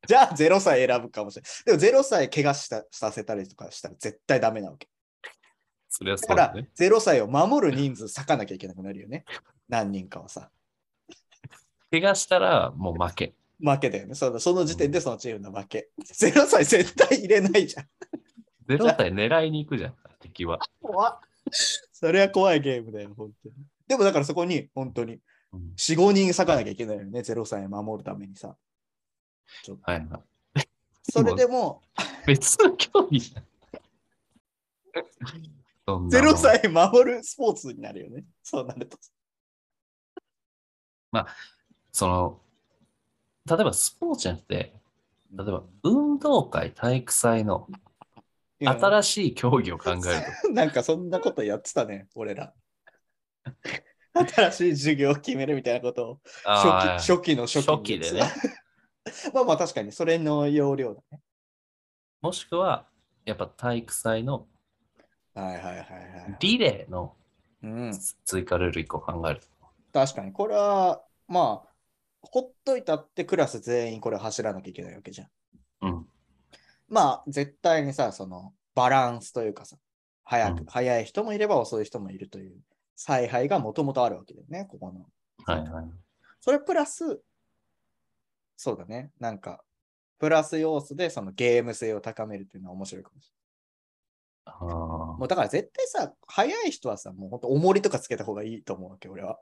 S4: じゃあ0歳選ぶかもしれない。でも0歳怪我したさせたりとかしたら絶対ダメなわけ。
S1: それはそ
S4: だ
S1: う
S4: か
S1: だ
S4: ら
S1: ね。
S4: 0歳を守る人数割かなきゃいけなくなるよね。何人かはさ。
S1: 怪我したらもう負け。
S4: 負けだよね。そのその時点でそのチームの負け。0歳絶対入れないじゃん。
S1: 0対狙いに行くじゃん、敵は。
S4: 怖っそれは怖いゲームだよ、本当に。でもだからそこに、本当に、
S1: うん
S4: 4、5人割かなきゃいけないよね、0歳守るためにさ。
S1: はいはい。
S4: それでも、
S1: 別の競技じゃん。そんなもん
S4: 0歳守るスポーツになるよね。そうなると。
S1: その、例えばスポーツじゃなくて、例えば運動会、体育祭の
S4: い
S1: 新しい競技を考えると、
S4: や なんかそんなことやってたね、俺ら。新しい授業を決めるみたいなことを
S1: あ
S4: 初期
S1: ー
S4: 初期の初期
S1: 初期でね。
S4: まあまあ確かにそれの要領だね。
S1: もしくは、やっぱ体育祭の
S4: はいはいはいはい。
S1: リレーの
S4: うん、
S1: 追加ルール1個考えると。
S4: 確かにこれはまあほっといたってクラス全員これ走らなきゃいけないわけじゃん。
S1: うん。
S4: まあ絶対にさそのバランスというかさ早く、
S1: うん
S4: 早い人もいれば遅い人もいるという采配がもともとあるわけだよねここの。
S1: はいはい。
S4: それプラス、そうだね、なんか、プラス要素でそのゲーム性を高めるっていうのは面白いかもしれ
S1: あ
S4: ない。
S1: ー
S4: もうだから絶対さ、早い人はさ、もうほんと重りとかつけた方がいいと思うわけ、俺は。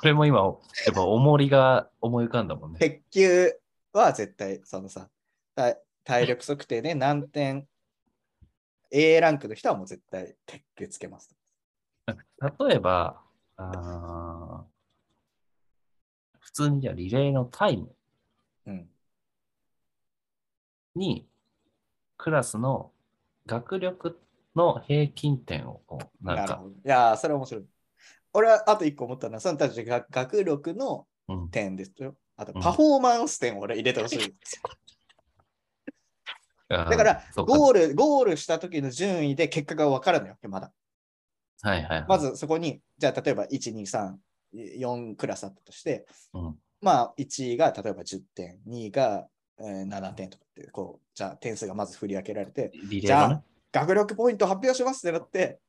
S1: これも今、やっぱ重りが思い浮かんだもんね。
S4: 鉄球は絶対、そのさ、体体力測定で何点、A ランクの人はもう絶対鉄球つけます。
S1: 例えば、あー普通にじゃあリレーのタイム
S4: うん。
S1: に、クラスの学力の平均点をこう、な
S4: なんる
S1: か、
S4: ほど。いやー、それ面白い。俺はあと一個思ったのは、そのたちが学力の
S1: うん、
S4: 点ですよ。あと、
S1: うん
S4: パフォーマンス点を俺入れ てほしい。
S1: だ
S4: だから、
S1: ー
S4: ゴール、ゴールした時の順位で結果が分かるのよ、まだ。
S1: ル、はいはいはい、
S4: まずそこに、じゃあ例えば1、2、3、4クラスあったとして、
S1: うん、
S4: まあ1位が例えば10点、2位がえー7点とかって、こう、じゃあ点数がまず振り分けられて、
S1: リレーはね。
S4: 学力ポイント発表しますってなって、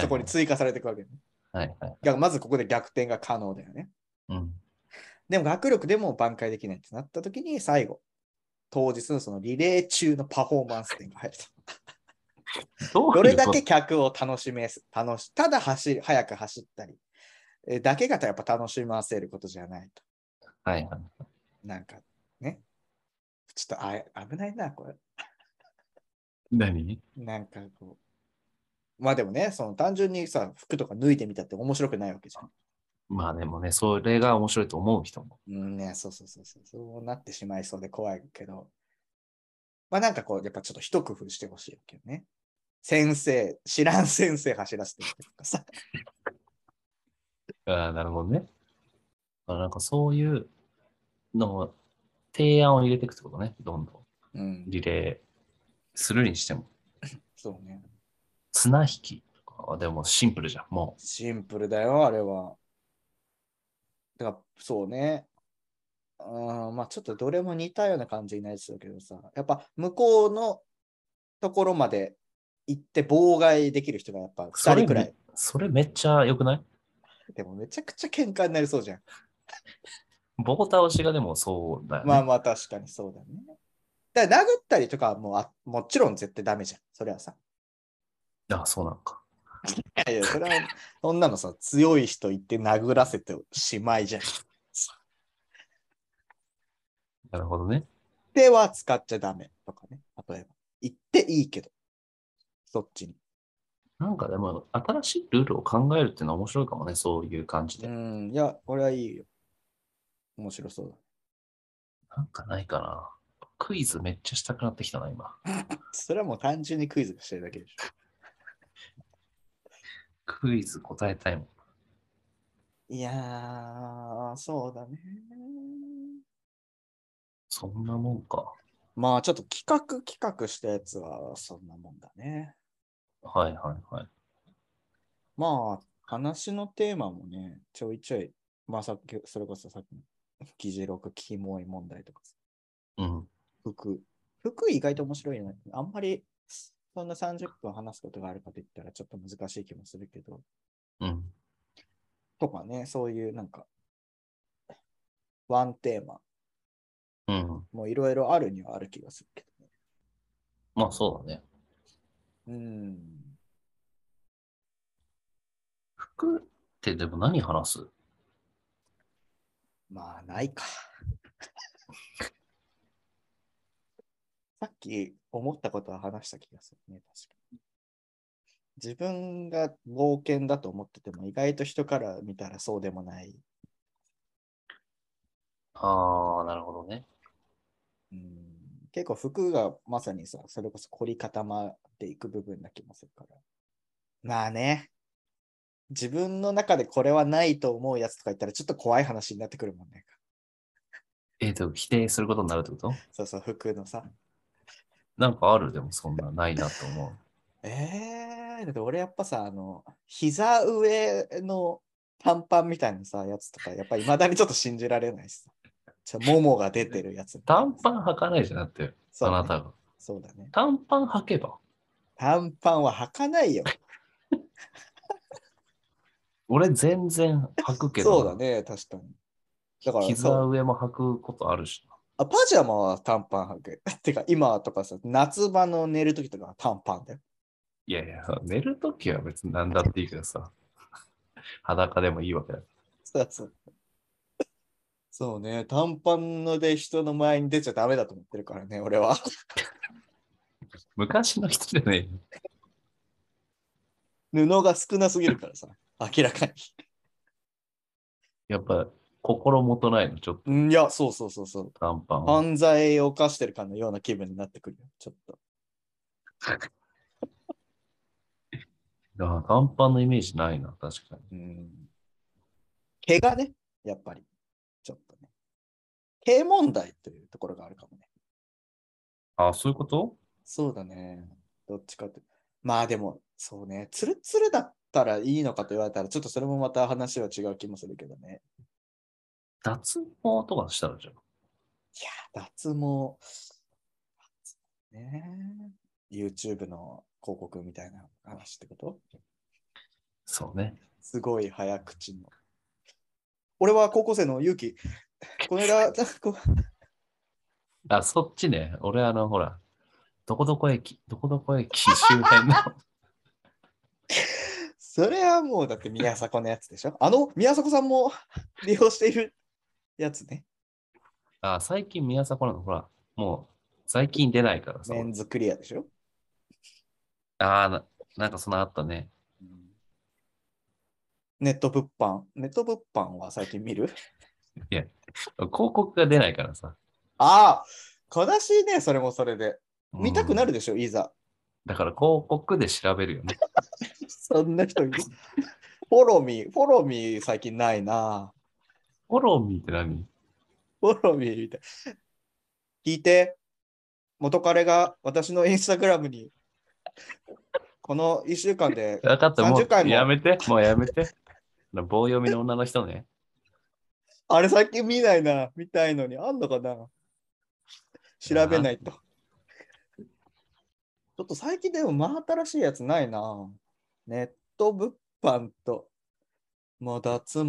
S4: そこに追加されていくわけ、ね。
S1: はいはい。
S4: だからまずここで逆転が可能だよね。
S1: うん。
S4: でも学力でも挽回できないってなった時に、最後、当日のそのリレー中のパフォーマンス点が入ると。
S1: どう
S4: ど
S1: い
S4: れ
S1: うこ
S4: だ
S1: と
S4: け客を楽しめす、楽し、ただ走り、早く走ったり、えーだけがやっぱ楽しませることじゃないと。
S1: はいはい。
S4: なんかね、ちょっとあえ危ないな、これ。
S1: 何
S4: なんかこう。まあでもね、その単純にさ、服とか脱いでみたって面白くないわけじゃん。
S1: まあでもね、それが面白いと思う人も。
S4: うんね、そうそうそうそう、そうなってしまいそうで怖いけど、まあなんかこう、やっぱちょっと一工夫してほしいわけよね。先生、知らん先生走らせてみたりとかさ。
S1: ああ、なるほどね。あなんかそういうのを提案を入れていくってことね、どんどん。
S4: うん、
S1: リレーするにしても。
S4: そうね。
S1: 綱引きとかはでもシンプルじゃん、も
S4: シンプルだよ、あれは。だから、そうね。うん、まあちょっとどれも似たような感じになりそうだけどさ、やっぱ向こうのところまで行って妨害できる人がやっぱ
S1: う。そ
S4: 2
S1: れ
S4: 人くらい。
S1: めそれめっちゃ良くない
S4: でもめちゃくちゃ喧嘩になりそうじゃん。
S1: 棒倒しがでもそうだよね。
S4: まあまあ確かにそうだね。だから殴ったりとかはもうあもちろん絶対ダメじゃん。それはさ。
S1: あ、そうなのか。
S4: い やいや、それはそんなのさ、強い人行って殴らせてしまいじゃん。
S1: なるほどね。
S4: 手は使っちゃダメとかね。例えば。言っていいけど。そっちに。
S1: なんかでも新しいルールを考えるっていうのは面白いかもね、そういう感じ
S4: う
S1: で。
S4: ん。いや、俺はいいよ。面白そうだ。
S1: なんかないかな。クイズめっちゃしたくなってきたな、今。
S4: それはもう単純にクイズがしてるだけでしょ。
S1: クイズ答えたいもん。
S4: いやー、そうだね。
S1: そんなもんか。
S4: まあちょっと企画企画したやつはそんなもんだね。
S1: はいはいはい。
S4: まあ話のテーマもね、ちょいちょい、まあさっき、それこそさっきの議事録、キモい問題とかさ
S1: うん。
S4: 服。服意外と面白いな。あんまりそんな30分話すことがあるかと言ったらちょっと難しい気もするけど、
S1: うん。
S4: とかね、そういうなんか、ワンテーマ、
S1: うん。
S4: もういろいろあるにはある気がするけどね。
S1: まあそうだね。
S4: うん。
S1: 服ってでも何話す
S4: まあ、ないか。 さっき思ったことは話した気がするね、確かに。自分が冒険だと思ってても、意外と人から見たらそうでもない。
S1: ああ、なるほどね。
S4: うん、結構服がまさにさ、それこそ凝り固まっていく部分な気もするから。まあね。自分の中でこれはないと思うやつとか言ったらちょっと怖い話になってくるもんね。
S1: えっ、と、否定することになるってこと
S4: そうそう、服のさ。
S1: なんかあるでもそんなないなと思う。
S4: えー、だって俺やっぱさ、あの、膝上の短パンみたいなさ、やつとか、やっぱり未だにちょっと信じられないしさ。ちょ、ももが出てるやつ。
S1: 短パン履かないじゃなくて、
S4: そう
S1: あ
S4: だ
S1: な
S4: ね
S1: たが。
S4: そうだね。
S1: 短パン履けば
S4: 短パンは履かないよ。
S1: 俺全然履くけど。
S4: そうだね、確かに。だから
S1: 膝
S4: そう
S1: 上も履くことあるしな。
S4: あ、パジャマは短パン履く。 てか、今とかさ、夏場の寝るときとかは短パンだよ。
S1: いやいや、寝るときは別に何だっていいけどさ。 裸でもいいわけだ。
S4: そうそう。そうね、短パンので人の前に出ちゃダメだと思ってるからね、俺は。
S1: 昔の人じゃねえよ。
S4: 布が少なすぎるからさ、明らかに。
S1: やっぱ心もとないの、ちょっと
S4: うんいや、そうそうそうそう。
S1: 短パン は。
S4: 犯罪を犯してるかのような気分になってくるよ、ちょっと。
S1: いや短パンのイメージないな、確かに。
S4: うん。毛がね、やっぱり、ちょっとね。毛問題というところがあるかもね。
S1: あ、そういうこと
S4: そうだね。どっちかって。まあでも、そうね。ツルツルだったらいいのかと言われたら、ちょっとそれもまた話は違う気もするけどね。
S1: 脱毛とかしたらじゃん。
S4: 脱毛。ね。YouTube の広告みたいな話ってこと
S1: そうね。
S4: すごい早口の。俺は高校生の勇気。この間、こ
S1: あ、そっちね。俺、あの、ほら、どこどこ駅、どこどこ駅周辺の。
S4: それはもうだって宮迫のやつでしょあの宮迫さんも利用しているやつね。
S1: あ、最近宮迫なの、ほら、もう、最近出ないからさ。
S4: メンズクリアでしょ、
S1: ああ、ななんかそのあったね。
S4: ネット物販。ネット物販は最近見る
S1: 広告が出ないからさ。
S4: ああ悲しいね、それもそれで。
S1: うん
S4: 見たくなるでしょ、いざ。
S1: だから広告で調べるよね。
S4: そんな人いる。 フォロミー、フォロミー最近ないな。
S1: フォローミーって何
S4: フォローミーみたい。聞いて、元彼が私のインスタグラムに、この1週間で、
S1: 分かった、も
S4: 30回
S1: う
S4: も
S1: やめて、もうやめて。あの棒読みの女の人ね。
S4: あれ最近見ないな、見たいのに、あんのかな調べないと。ちょっと最近でも真新しいやつないな。ネット物販と、もう脱毛、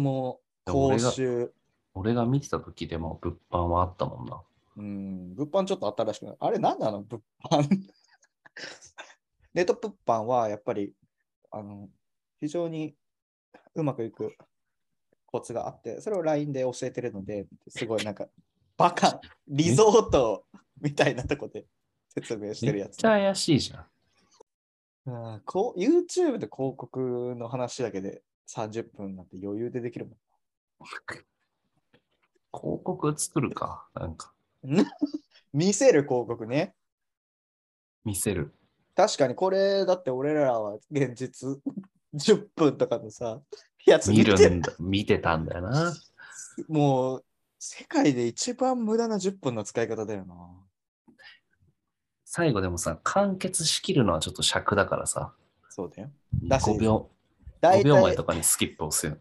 S4: 講
S1: 俺が
S4: 習、
S1: 俺が見てた時でも物販はあったもんな。
S4: うん、物販ちょっと新しくない。あれ、何なの物販 ネット物販はやっぱり、あの、非常にうまくいくコツがあって、それを LINE で教えてるので、すご いなんか、バカ、リゾートみたいなとこで説明してる
S1: め
S4: や
S1: っ
S4: つ。
S1: ちゃ怪しいじゃん。
S4: うんこう YouTube で広告の話だけで30分なんて余裕でできるもん。
S1: 広告作るか。なんか、
S4: 見せる広告ね。
S1: 見せる。
S4: 確かにこれだって俺らは現実 10分とかのさ、やつ
S1: 見
S4: 見て
S1: るんだ。見てたんだよな。
S4: もう世界で一番無駄な10分の使い方だよな。
S1: 最後でもさ、完結しきるのはちょっと尺だからさ。
S4: そうだよ。だし
S1: 5秒、
S4: 大
S1: 5秒前
S4: 体
S1: と、かにスキップ押すよ。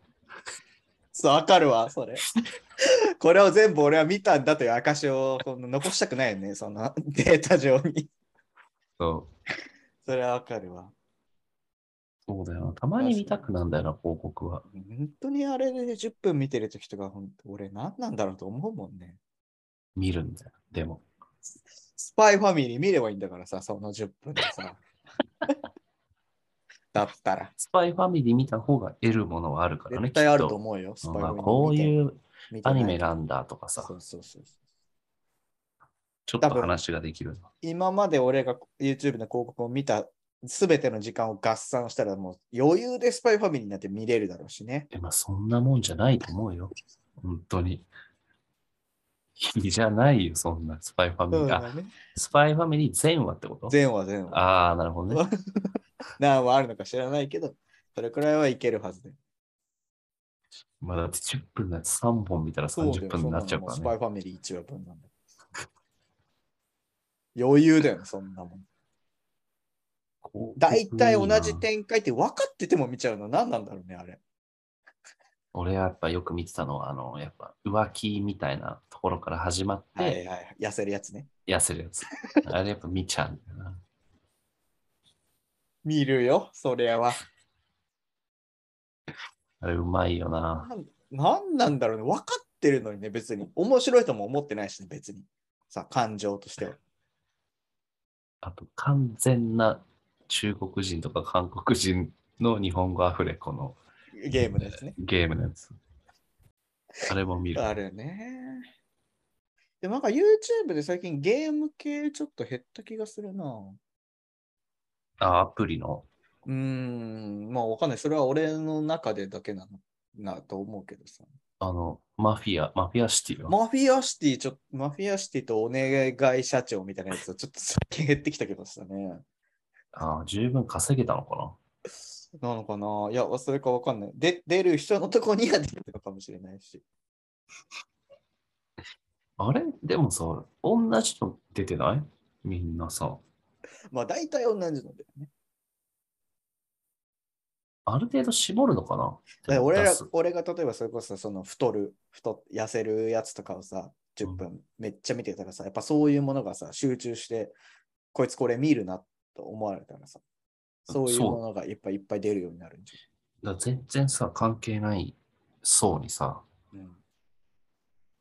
S4: そう、わかるわ、それ。 これを全部俺は見たんだという証をこの残したくないよね、その データ上に。
S1: そう
S4: それはわかるわ。
S1: そうだよな。たまに見たくなんだよな、広告は。
S4: 本当にあれで10分見てる時とか、本当俺何なんだろうと思うもんね。
S1: 見るんだよ。でも。
S4: スパイファミリー見ればいいんだからさ、その10分でさ。だったら。
S1: スパイファミリー見た方が得るものはあるからね。
S4: 絶対あると
S1: きっ
S4: 思うよ、ス
S1: と
S4: パイ
S1: まあ
S4: ファミリー
S1: こう
S4: 見
S1: いう
S4: て見て
S1: ア
S4: ない
S1: ニメなんだとかさ、
S4: そうそうそうそう。
S1: ちょっと話ができる。
S4: 今まで俺が YouTube の広告を見たすべての時間を合算したらもう余裕でスパイファミリーなんて見れるだろうしね。
S1: えまあ、そんなもんじゃないと思うよ。本当に。いいじゃないよ、そんな。スパイファミリ
S4: そう
S1: ー。あ、
S4: だね。
S1: スパイファミリー全話ってこと
S4: 全話全話。
S1: ああ、なるほ どね。
S4: 何話あるのか知らないけど、それくらいはいけるはずで。
S1: まあ、だって10分だ3本見たら
S4: そうだ
S1: 30
S4: よ
S1: 分になっちゃうか
S4: そんなのも
S1: ら
S4: ス
S1: ね
S4: パイ。ファミリー1話分なんだ。余裕だよ、そんなもん。
S1: こう
S4: 大体同じ。展開って分かってても見ちゃうの何なんだろうね、あれ。
S1: 俺はやっぱよく見てたのは、あの、やっぱ浮気みたいなところから始まっ
S4: はいは
S1: て、
S4: いはい。痩せるやつね。
S1: 痩せるや つ。あれやっぱ見ちゃうんだよな。
S4: 見るよ、それは。
S1: あれうまいよな。
S4: なんなんなんだろうね。分かってるのにね、別に。面白いとも思ってないしね、別に。さ、感情としては。
S1: あと完全な中国人とか韓国人の日本語アフレコの
S4: ゲームですね。
S1: ゲームのやつ。あれも見る。
S4: あるね。でもなんか YouTube で最近ゲーム系ちょっと減った気がするな。
S1: あ、アプリの。
S4: うーん、まあわかんない。それは俺の中でだけなの。なと思うけどさ。
S1: あの、マフィア、マフィアシティの。
S4: マフィアシティ、ちょっと、マフィアシティとお願い社長みたいなやつ、ちょっと最近減ってきたけどしたね。
S1: ああ、十分稼げたのかな。
S4: なのかないや、それかわかんない。で、出る人のとこには出るのかもしれないし。
S1: あれでもさ、同じの出てないみんなさ。
S4: まあ大体同じので。
S1: ある程度絞るのかな
S4: だから俺
S1: 出
S4: ら
S1: す
S4: 俺が例えばそれこそその太る、太痩せるやつとかをさ、10分めっちゃ見てたらさ、やっぱそういうものがさ、集中して、こいつこれ見るなと思われたらさ、そういう
S1: そう
S4: ものがいっぱいいっぱい出るようになるんじ
S1: だから全然さ、関係ない層にさ、
S4: ゃん。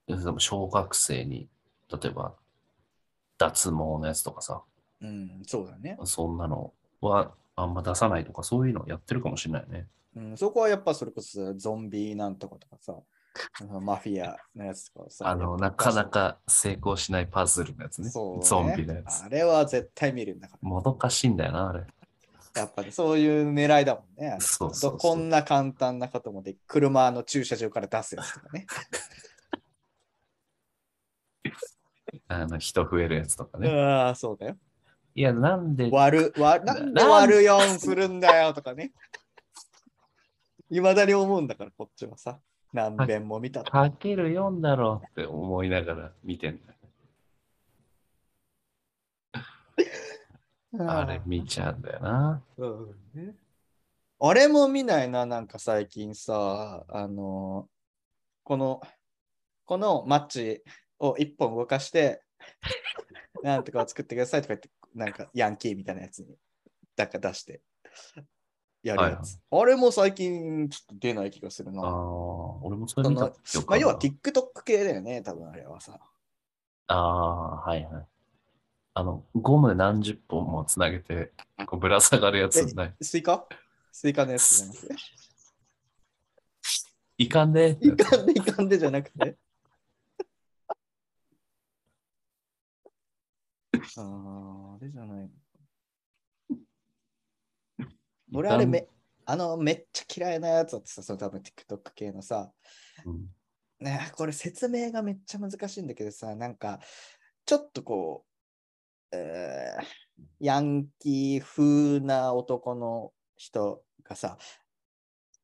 S4: うん、
S1: でも小学生に、例えば、脱毛のやつとかさ、
S4: うん、そうだね、
S1: そんなのはあんま出さないとか、そういうのやってるかもしれないね。
S4: うん。そこはやっぱそれこそゾンビなんとかとかさ、 あのマフィアのやつとかをさ。
S1: あの、なかなか成功しないパズルのやつね。
S4: そう、ね、
S1: ゾンビのやつ
S4: あ。れは絶対見るんだから。
S1: もどかしいんだよな、あれ。
S4: やっぱりそういう狙いだもんね。
S1: そうそうそう
S4: どこんな簡単なこともでき車の駐車場から出すやつとか ね。
S1: あの、人増えるやつとかね。
S4: ああ、そうだよ。
S1: いや、なんで、
S4: 割る、割る、なんで割る4するんだよと かね。いまだに思うんだから、こっちはさ。何遍も見た。
S1: かける4だろうって思いながら見てんだよ。あれ見ちゃうんだよな。
S4: うんねあれも見ないな、なんか最近さ、あの、この、このマッチを一本動かして、なんとかを作ってくださいとか言って、なんかヤンキーみたいなやつに、だから出して、やるやつ。あれも最近ちょっと出ない気がする
S1: ああ
S4: な。、
S1: 俺もそれ
S4: そ
S1: 見た
S4: の
S1: 記憶
S4: まあ、
S1: ある
S4: 要
S1: な
S4: は TikTok 系だよね、多分あれはさ。
S1: ああ、はいはい。あの、ゴム何十本もつなげて、こうぶら下がるやつない。
S4: スイカスイカのやつじゃなくて。
S1: いかんねえ
S4: いかんでいかんでじゃなくて。 ああ、あれじゃない。俺あれめ、あの、めっちゃ嫌いなやつだってさ、その多分 TikTok 系のさ、
S1: うん
S4: ね、これ説明がめっちゃ難しいんだけどさ、なんか、ちょっとこう、えーヤンキー風な男の人がさ、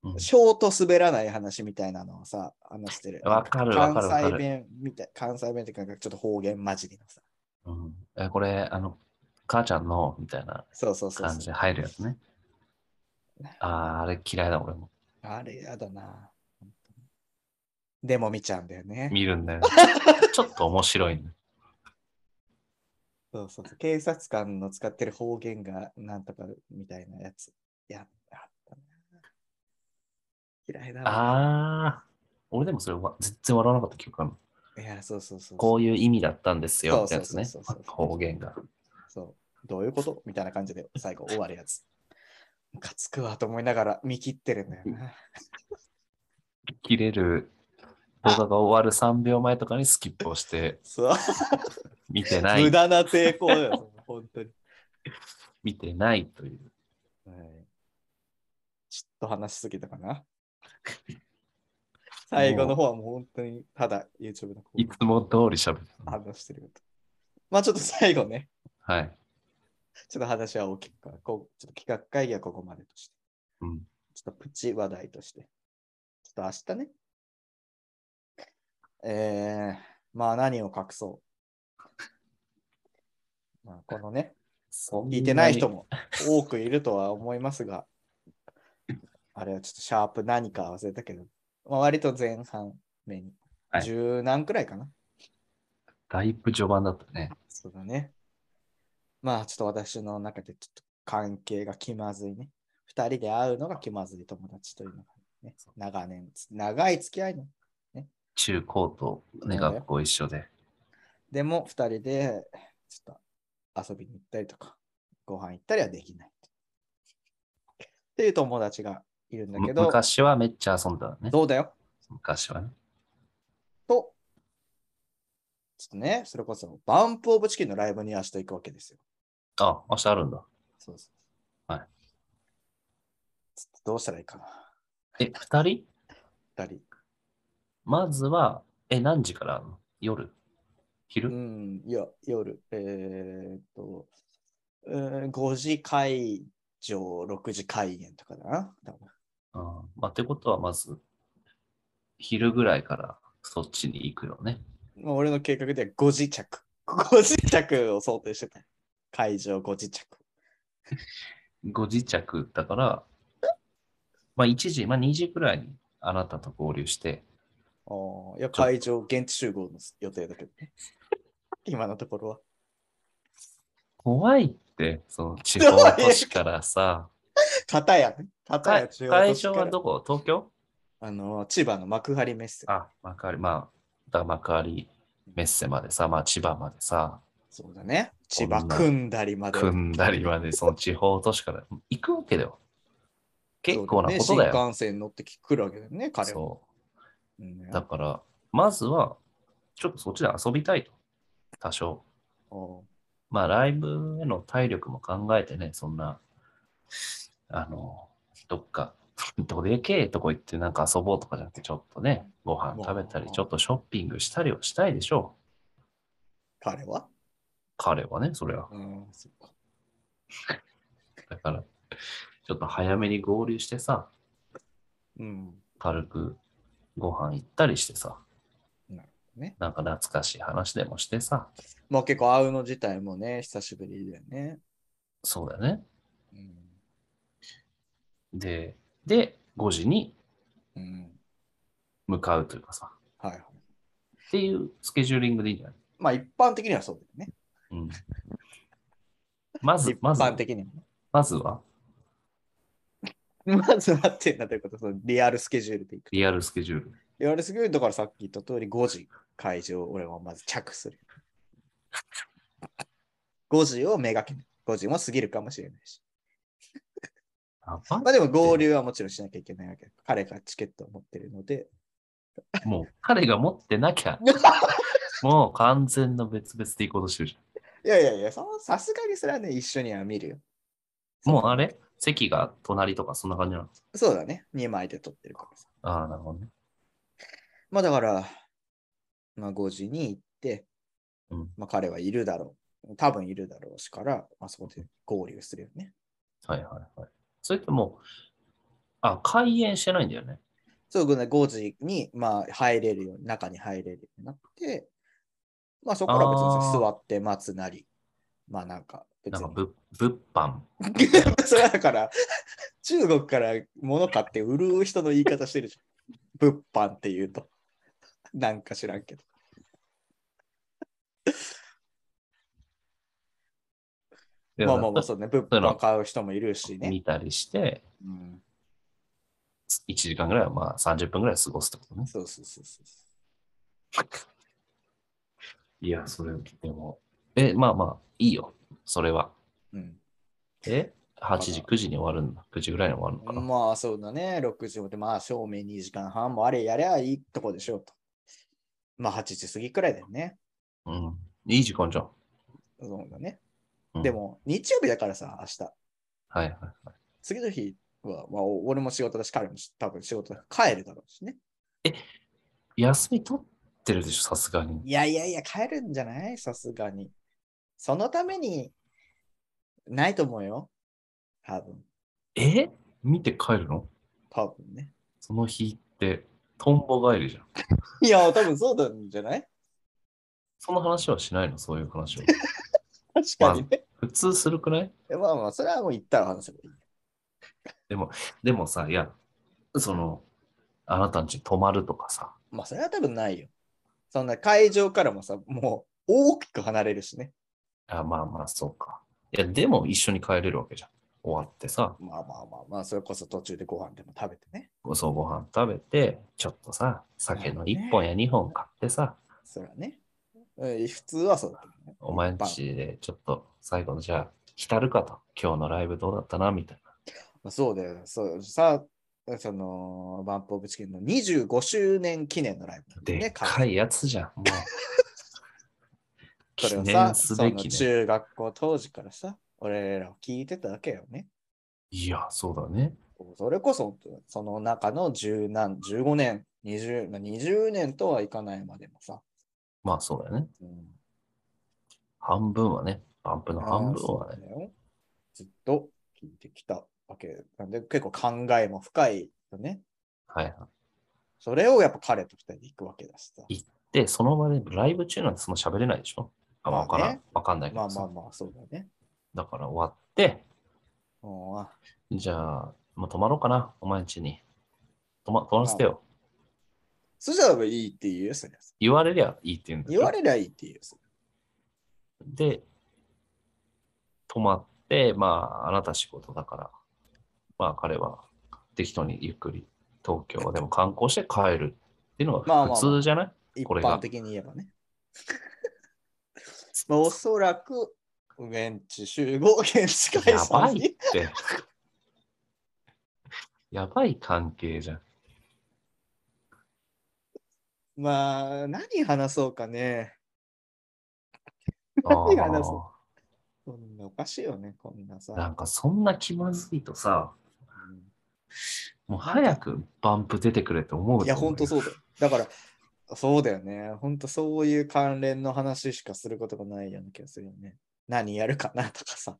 S1: うん
S4: ショート滑らない話みたいなのをさ、話してる。
S1: わかるわ
S4: 関
S1: かるわか
S4: 西
S1: る。
S4: 弁みたい、関西弁っていうか、ちょっと方言混じりのさ。
S1: うんえこれ、あの、母ちゃんの、みたいな
S4: そうそうそう
S1: 感じ
S4: そ
S1: で
S4: う。
S1: 入るやつね。ああ、あれ嫌いだ、俺も。
S4: あれやだな。本当にでも見ちゃうんだよね。
S1: 見るんだよ。ちょっと面白い ね。
S4: そうそうそう警察官の使ってる方言がなんとかみたいなやつ。いや、あったな。嫌いだわ。
S1: ああ、俺でもそれわ、全然笑わなかった記憶ある。
S4: いや、そうそうそうそう。
S1: こういう意味だったんですよ、ってやつね
S4: そうそうそう。そう
S1: 方言が。
S4: そうどういうことみたいな感じで最後終わるやつ。かつくわと思いながら見切ってるんだよね。
S1: 切れる動画が終わる3秒前とかにスキップをして、
S4: そう。
S1: 見てない
S4: 無、駄な抵抗だよ、本当に。
S1: 見てないという。
S4: はいちょっと話しすぎたかな。最後の方はもう本当にただ YouTube の
S1: いつも通り喋ってた。
S4: 話してること。まあちょっと最後ね、
S1: はい。
S4: ちょっと話は大きくから、こうちょっと企画会議はここまでとして、
S1: うん
S4: ちょっとプチ話題として、ちょっと明日ね、えー、まあ何を隠そう。まあこのね、聞いてない人
S1: も。
S4: も多くいるとは思いますが、あれはちょっとシャープ何か忘れたけど、まあ、割と前半目に、
S1: はい
S4: 十何くらいかな。
S1: だいぶ序盤だったね。
S4: そうだね。まあちょっと私の中でちょっと関係が気まずいね。二人で会うのが気まずい友達というのがね、長年、長い付き合いの。
S1: 中高と、ね、
S4: そうだよ
S1: 学校一緒で。
S4: でも二人でちょっと遊びに行ったりとか、ご飯行ったりはできない。っていう友達がいるんだけ
S1: む
S4: ど、
S1: 昔はめっちゃ遊んだね。
S4: どうだよ
S1: 昔はね。
S4: と、ちょっとね、それこそバンプオブチキンのライブに明日行くわけですよ。
S1: あ、明日あるんだ。
S4: そうそう。
S1: はい。
S4: どうしたらいいかな。
S1: え、二人
S4: 二人。
S1: まずは、え、何時からあるの夜昼、
S4: うん、いや、夜、えーっと、えー5時会場、6時開演とかだな。多分
S1: あーまあ、ってことは、まず、昼ぐらいからそっちに行くよね。
S4: まあ俺の計画では5時着。5時着を想定してた。会場5時着。
S1: ご自着だから、まあ、1時、まあ、2時ぐらいにあなたと合流して、
S4: あーいや、会場現地集合の予定だけど ね。今のところは。
S1: 怖いって、その地方都市からさ、
S4: 片やね。片
S1: か
S4: や中央
S1: 会
S4: 都市
S1: 場
S4: から
S1: はどこ東京
S4: あの、千葉の幕張メッセ。
S1: あ、幕張、まあ、だから幕張メッセまでさ、まあ、千葉までさ、
S4: そうだね。千葉
S1: こんな
S4: 組んだりまで。
S1: 組んだりまで、その地方都市から行くわけだよ。結構なこ
S4: そ
S1: と
S4: うね
S1: だよ。
S4: 新幹線に乗って来るわけだよね、彼は。
S1: そ
S4: うんね
S1: う。だから、まずは、ちょっとそっちで遊びたいと。多少。
S4: おう
S1: まあ、ライブへの体力も考えてね、そんな、あの、どっか、 どでけえとこ行ってなんか遊ぼうとかじゃなくて、ちょっとね、ご飯食べたり、ちょっとショッピングしたりをしたいでしょう。
S4: 彼は
S1: 彼はね、それは。
S4: うん、そっか。
S1: だから、ちょっと早めに合流してさ、
S4: うん。
S1: 軽くご飯行ったりしてさ、
S4: なるほどね
S1: なんか懐かしい話でもしてさ、
S4: まあ結構会うの自体もね、久しぶりだよね。
S1: そうだよね。
S4: うん。
S1: で、で、5時に
S4: うん。
S1: 向かうというかさ、
S4: はいは
S1: っ
S4: い。
S1: ていうスケジューリングでいいんじゃない
S4: まあ一般的にはそうだよね。
S1: うん。まず
S4: 一、
S1: まず、
S4: 般的にはね。
S1: まずは、
S4: まずはってんだということ、そのリアルスケジュールでいく。
S1: リアルスケジュール。
S4: リアルスケジュールだからさっき言った通り5時会場、俺はまず着する。5時をめがけない。5時も過ぎるかもしれないし。
S1: あば
S4: まあでも合流はもちろんしなきゃいけないわけだ。彼がチケットを持ってるの で。
S1: もう、彼が持ってなきゃ、もう完全の別々で行こうとしてるじ
S4: いやいやいや、そさすがにそれはね、一緒には見るよ。
S1: ゃん。もうあれ席が隣とかそんな感じなの
S4: そうだね。2枚で撮ってるからさ。
S1: ああ、なるほどね。
S4: まあだから、まあ5時に行って、
S1: うん
S4: まあ彼はいるだろう。多分いるだろうしから、まあそこで合流するよね。
S1: はいはいはい。それってもう、あ、開演してないんだよね。
S4: そうね、5時に、まあ入れるように、中に入れるようになって、まあそこから別に
S1: あ
S4: さ
S1: ー
S4: 座って待つなり、まあなんか別
S1: なん
S4: に
S1: か。ぶ物販。
S4: それはだから、中国から物買って売る人の言い方してるじゃん。物販って言うと。なんか知らんけど。まあまあまあ、
S1: そ
S4: そうね。物販買う人もいるしね。
S1: 見たりして、
S4: うん、
S1: 1時間ぐらいはまあ30分ぐらい過ごすってこと ね。
S4: そうそうそうそう。
S1: いや、それ、でも、え、まあまあ、いいよ。それは。
S4: うん、
S1: え8時、9時に終わるんだ。9時ぐらいに終わるのかな。
S4: まあそうだね、6時まで、まあ正面2時間半もあれやりゃいいとこでしょうと。まあ8時過ぎくらいだよね。
S1: うん。いい時間じゃん。
S4: そうだね。
S1: うん
S4: で。も日曜日だからさ、明日。
S1: はいはいはい。
S4: 次の日は、まあお俺も仕事だし、彼もし多分仕事だから帰るだろうしね。
S1: 休み取ってるでしょ、さすがに。
S4: いやいやいや、帰るんじゃないさすがに。そのために、ないと思うよ。多分、
S1: え見て帰るの
S4: 多分ね。
S1: その日って、トンボ帰りじゃん。
S4: いや、多分そうなんじゃない
S1: その話はしないの、そういう 話を。
S4: 確かにね。
S1: 普通するくない
S4: まあまあ、それはもう言ったら話せばいい。
S1: でもさ、いや、その、あなたんち泊まるとかさ、
S4: まあ、それは多分ないよ。そんな会場からもさ、もう大きく離れるしね。
S1: あまあまあ、そうか。いや、でも一緒に帰れるわけじゃん。終わってさ、
S4: まあまあまあまあ、それこそ途中でご飯でも食べてね。
S1: ごそうご飯食べて、ちょっとさ、酒の1本や2本買ってさ、
S4: それはね。うん普通はそうだけどね。
S1: お前んちでちょっと最後のじゃあ、浸るかと。今日のライブどうだったな、みたい
S4: まあ、そうだよ。そうさその、バンプオブチキンの25周年記念のライブ
S1: な。
S4: なんだよ
S1: でっ
S4: ね。
S1: かいやつじゃん。もう
S4: そ
S1: 記
S4: れを
S1: 念
S4: さ、
S1: す
S4: そ
S1: べ
S4: の
S1: きね。
S4: 中学校当時からさ、俺らを聞いてたわけよね。
S1: いや、そうだね。
S4: それこそ、その中の10何、15年、20、まあ20年とはいかないまでもさ、
S1: まあそうだよね。
S4: うん
S1: 半分はね、バンプの半分は
S4: あーそう
S1: ね。
S4: だよずっと聞いてきたわけなんで、結構考えも深いよね。
S1: はいはい。
S4: それをやっぱ彼と二人で行くわけだしさ。
S1: で、その場でライブ中なんてそんな喋れないでしょあ、まあ、わ
S4: ま
S1: か
S4: あね
S1: らん。わかんないけ
S4: まあ
S1: どさ。
S4: まあまあ、そうだね。
S1: だから終わって、
S4: うんあ
S1: じゃあ、もう泊まろうかな、お前んちに。泊ま泊まらせてよ。
S4: そしたらいいって言うよ、そりゃ
S1: 言われりゃいいって言うんだけ
S4: 言
S1: ど
S4: われりゃいいって言うよ、そり
S1: で、泊まって、まあ、あなた仕事だから、まあ、彼は適当にゆっくり東京でも観光して帰るっていうの
S4: まあま
S1: が
S4: あまあ
S1: 普通じゃない、
S4: ゃ一
S1: これが
S4: 般的に言えばね。 まあ、おそらく、現地集合、現地解
S1: やばい
S4: 散
S1: っ
S4: に。
S1: て。 やばい関係じゃん。
S4: まあ、何話そうかね。
S1: あ
S4: 何話す
S1: ー
S4: そんなおかしいよね、こんなさ。
S1: なんかそんな気まずいとさ、
S4: うん
S1: もう早くバンプ出てくれって思う。
S4: いや、ほんと
S1: う。
S4: そうだよ。だから、そうだよね。ほんとそういう関連の話しかすることがないような気がするよね。何やるかなとかさ。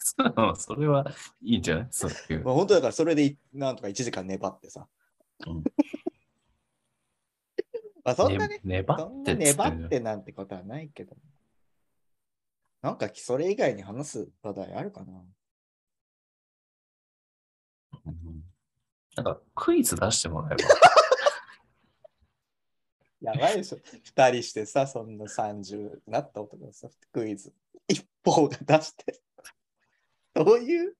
S1: それはいいんじゃないそういう
S4: ま。あ、本当だからそれでいなんとか1時間粘ってさ。
S1: うん
S4: まあそんなね、
S1: ね粘
S4: そ
S1: っ
S4: ん
S1: て
S4: な
S1: っつって
S4: 粘
S1: ん
S4: っ
S1: じゃん
S4: てなんてことはないけど。なんかそれ以外に話す話題あるかな
S1: うんなんかクイズ出してもらえば。
S4: やばいでしょ。二人してさ、そんな30なった男がさ、クイズ。一方が出して。どういう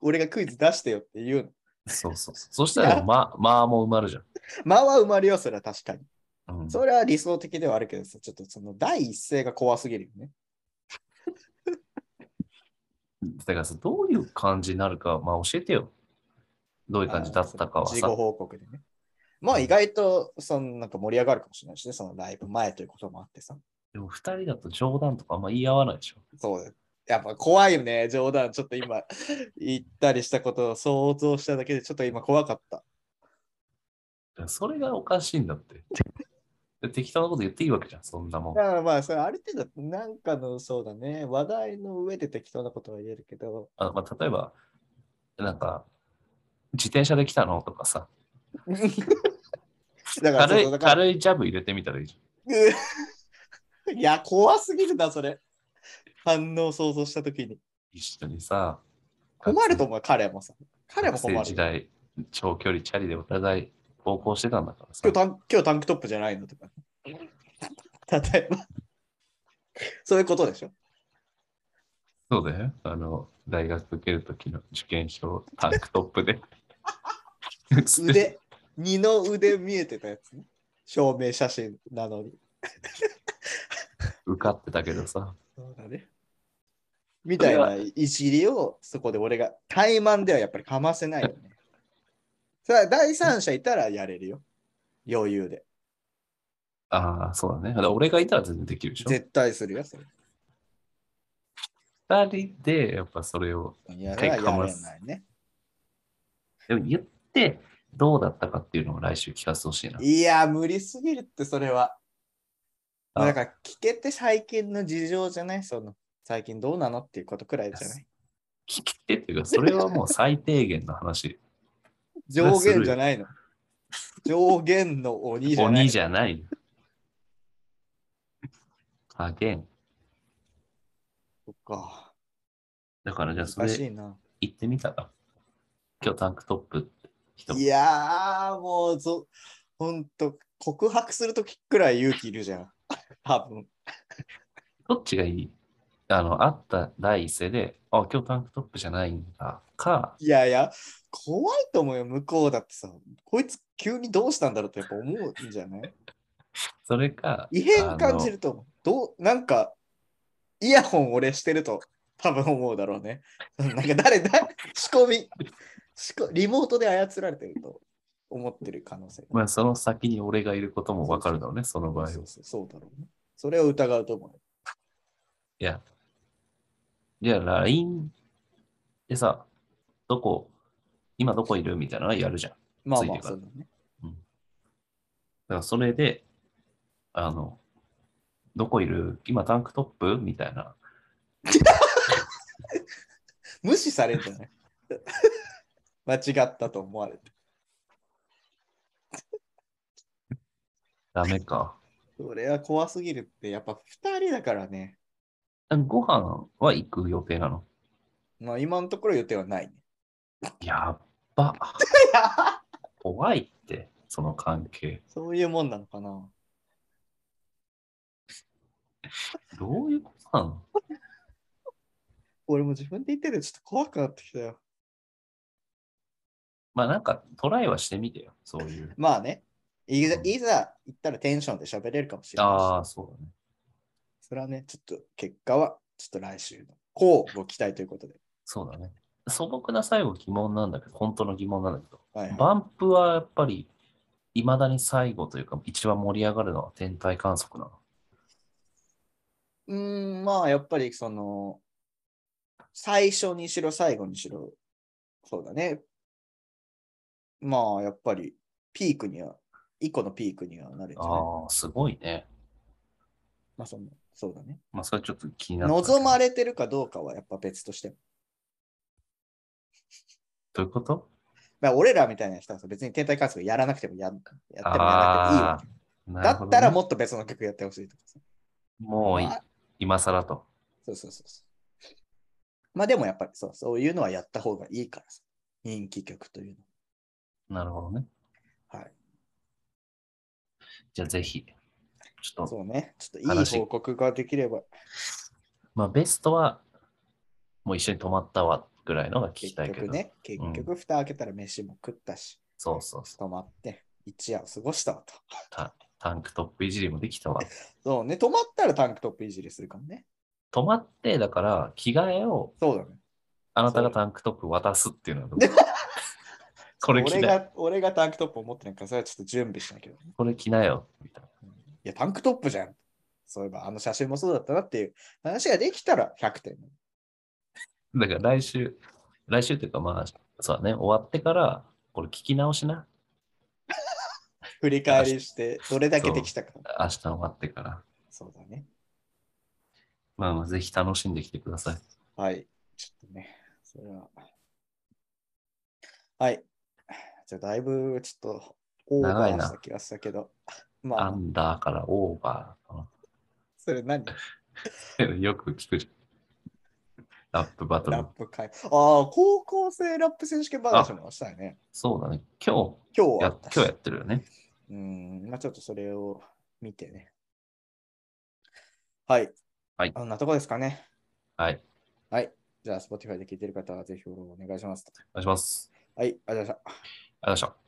S4: 俺がクイズ出してよって言うの。
S1: そうそうそう。そしたら、ま、まあもう埋まるじゃん。
S4: 間は埋まるよ、それは確かに。
S1: うん、
S4: それは理想的ではあるけどさ、ちょっとその第一声が怖すぎるよね。
S1: だからさ、どういう感じになるか、まあ教えてよ。どういう感じだったかは
S4: 事後
S1: さ。
S4: 報告でね。まあ意外と、そのなんか盛り上がるかもしれないしね、そのライブ前ということもあってさ。
S1: でも二人だと冗談とかあんま言い合わないでしょ。
S4: そうだよやっぱ怖いよね、冗談。ちょっと今、言ったりしたことを想像しただけで、ちょっと今怖かった。
S1: いやそれがおかしいんだって。 で適当なこと言っていいわけじゃん、そんなもん。
S4: だからまあ、それある程度、なんかの、そうだね、話題の上で適当なことは言えるけど、
S1: あまあ、例えば、なんか、自転車で来たのとかさ、
S4: だか
S1: 軽
S4: らそう、
S1: い
S4: だから
S1: 軽いジャブ入れてみたらいいじ
S4: ういや、怖すぎるな、それ。反応を想像したときに。
S1: ゃん。一緒にさ、
S4: 困ると思う、彼もさ。彼も
S1: 学
S4: 困
S1: 生
S4: る
S1: 時
S4: よ。
S1: 代、長距離チャリでお互い暴行してたんだからさ
S4: 今日。タン今日タンクトップじゃないのとか。例えば。そういうことで しょ。
S1: そうだよ。あの、大学受けるときの受験証、タンクトップで。写って
S4: 腕、二の腕見えてたやつね。証明写真なのに。
S1: 受かってたけどさ、
S4: そうだね。みたいないじりをそこで俺が、怠慢ではやっぱりかませないよね。それは第三者いたらやれるよ。余裕で。
S1: ああ、そうだね。だから俺がいたら全然できるでしょ。
S4: 絶対するよ、それ。
S1: 二人で、やっぱそれを。
S4: やらやれ
S1: かま
S4: な
S1: す
S4: いね。
S1: でも言って、どうだったかっていうのを来週聞かせてほしいな。
S4: いや、無理すぎるって、それは。
S1: あ
S4: だから、聞けて最近の事情じゃないその、最近どうなのっていうことくらいじゃない
S1: 聞き手っていうか、それはもう最低限の話。
S4: 上限じゃないの。上限の鬼じゃない
S1: 鬼。じゃない。加減。
S4: そっか。
S1: だからじゃあそ
S4: 難し
S1: れ
S4: いな。
S1: 言ってみたら。今日タンクトップって人
S4: いやー、もうぞ、ほんと、告白するときくらい勇気いるじゃん。 多分。
S1: どっちがいいあの、会った第一声で、あ、今日タンクトップじゃないんだか、
S4: いやいや、怖いと思うよ、向こうだってさ。こいつ、急にどうしたんだろうってやっぱ思うんじゃない
S1: それか、
S4: 異変感じると思う。どうなんか、イヤホン俺してると多分思うだろうね。なんか誰だ仕込み仕込リモートで操られてると思ってる可能性
S1: あの。まあ、その先に俺がいることもわかるだろうね、その場合は。
S4: そう
S1: い
S4: そうそうだろうね。それを疑うと思うよ。
S1: や。じゃあ、LINE でさ、どこ、今どこいるみたいなのはやるじゃん。だ
S4: まあ
S1: つい
S4: ま
S1: てる
S4: あ、
S1: か
S4: そ
S1: ら
S4: うだね。
S1: から、それで、あの、どこいる今タンクトップみたいな。
S4: 無視されるんじゃない 間違ったと思われて。
S1: ダメか。
S4: それは怖すぎるって、やっぱ2人だからね。
S1: ご飯は行く予定なの
S4: まあ今のところ予定はないね。
S1: やっば。怖いって、その関係。
S4: そういうもんなのかな。
S1: どういうことなの
S4: 俺も自分で言っててちょっと怖くなってきたよ。
S1: まあなんかトライはしてみてよ、そう いう。
S4: まあね。いざ
S1: うん
S4: いざ行ったらテンションで喋れるかもしれな
S1: ああ、そうだね。
S4: いし。それはね、ちょっと結果は、ちょっと来週の。こうご期待ということで。
S1: そうだね。素朴な最後疑問なんだけど、本当の疑問なんだけど、
S4: はいはい、
S1: バンプはやっぱり、いまだに最後というか、一番盛り上がるのは天体観測なの。
S4: うーん、まあやっぱりその、最初にしろ最後にしろ、そうだね。まあやっぱりピークには、一個のピークにはなるんじゃない
S1: ああ、すごいね。
S4: まあその、そうだね。
S1: まあそれちょっと気になったけど。
S4: 望まれてるかどうかはやっぱ別としても。
S1: どういうこと
S4: まあ俺らみたいな人はさ別に天体観測やらなくてもややってもやらなくてもいいわけ
S1: ああ、な
S4: だ
S1: るほど
S4: ったら
S1: ね
S4: もっと別の曲やってほしいとかさ。
S1: もうい
S4: あ
S1: 今更と。
S4: そうそうそうそう。まあでもやっぱりそう、そういうのはやった方がいいからさ。人気曲という
S1: なるほどね。
S4: の。はい。
S1: じゃあぜひ、ちょっと、
S4: そうね。ちょっといい
S1: 話
S4: 報告ができれば
S1: まあベストは、もう一緒に泊まったわぐらいのが聞き
S4: 結
S1: たいけ
S4: 局
S1: ど。
S4: ね。結
S1: うん
S4: 局蓋開けたら飯も食ったし、
S1: そうそうそう。
S4: 泊まって一夜を過ごしたわと。
S1: タンクトップいじりもできたわ。
S4: そうね。泊まったらタンクトップいじりするからね。
S1: 止まって、だから着替えを
S4: そうだね。
S1: あなたがタンクトップ渡すっていうのは どうこれ着
S4: 俺
S1: なよ、
S4: が俺がタンクトップを持ってないから、それはちょっと準備しなきゃいけど。
S1: これ着なよ、みたい
S4: いや、タンクトップじゃん。そういえば、あの写真もそうだったなっていう話ができたら100点。
S1: な。だから来週、来週というかまあ、そうだね、終わってから、これ聞き直しな。
S4: 振り返りして、どれだけできたか。
S1: 明日終わってから。
S4: そうだね。
S1: まあまあ、ぜひ楽しんできてください。
S4: はい。ちょっとね、それは。はい。じゃあ、だいぶちょっと、オーバ
S1: 長
S4: ー
S1: いな
S4: した気がしたけど。ま
S1: ア
S4: あ、
S1: ンダーからオーバ
S4: それ何
S1: ー。 よく聞くじゃん。ラップバトル
S4: ラッ。プ会。ああ、高校生ラップ選手権話もしたいね。
S1: そうだね。今
S4: 今
S1: 日
S4: 日
S1: や、
S4: は
S1: 今日やってるよね。
S4: うん、まあちょっとそれを見てね。はい。
S1: はい
S4: あんなとこですかね。
S1: はい。
S4: はい。じゃあ、Spotify で聞いてる方はぜひフォローお願いします。
S1: お願いします。
S4: はい、ありがとうござい
S1: ありがと
S4: ました。
S1: うございました。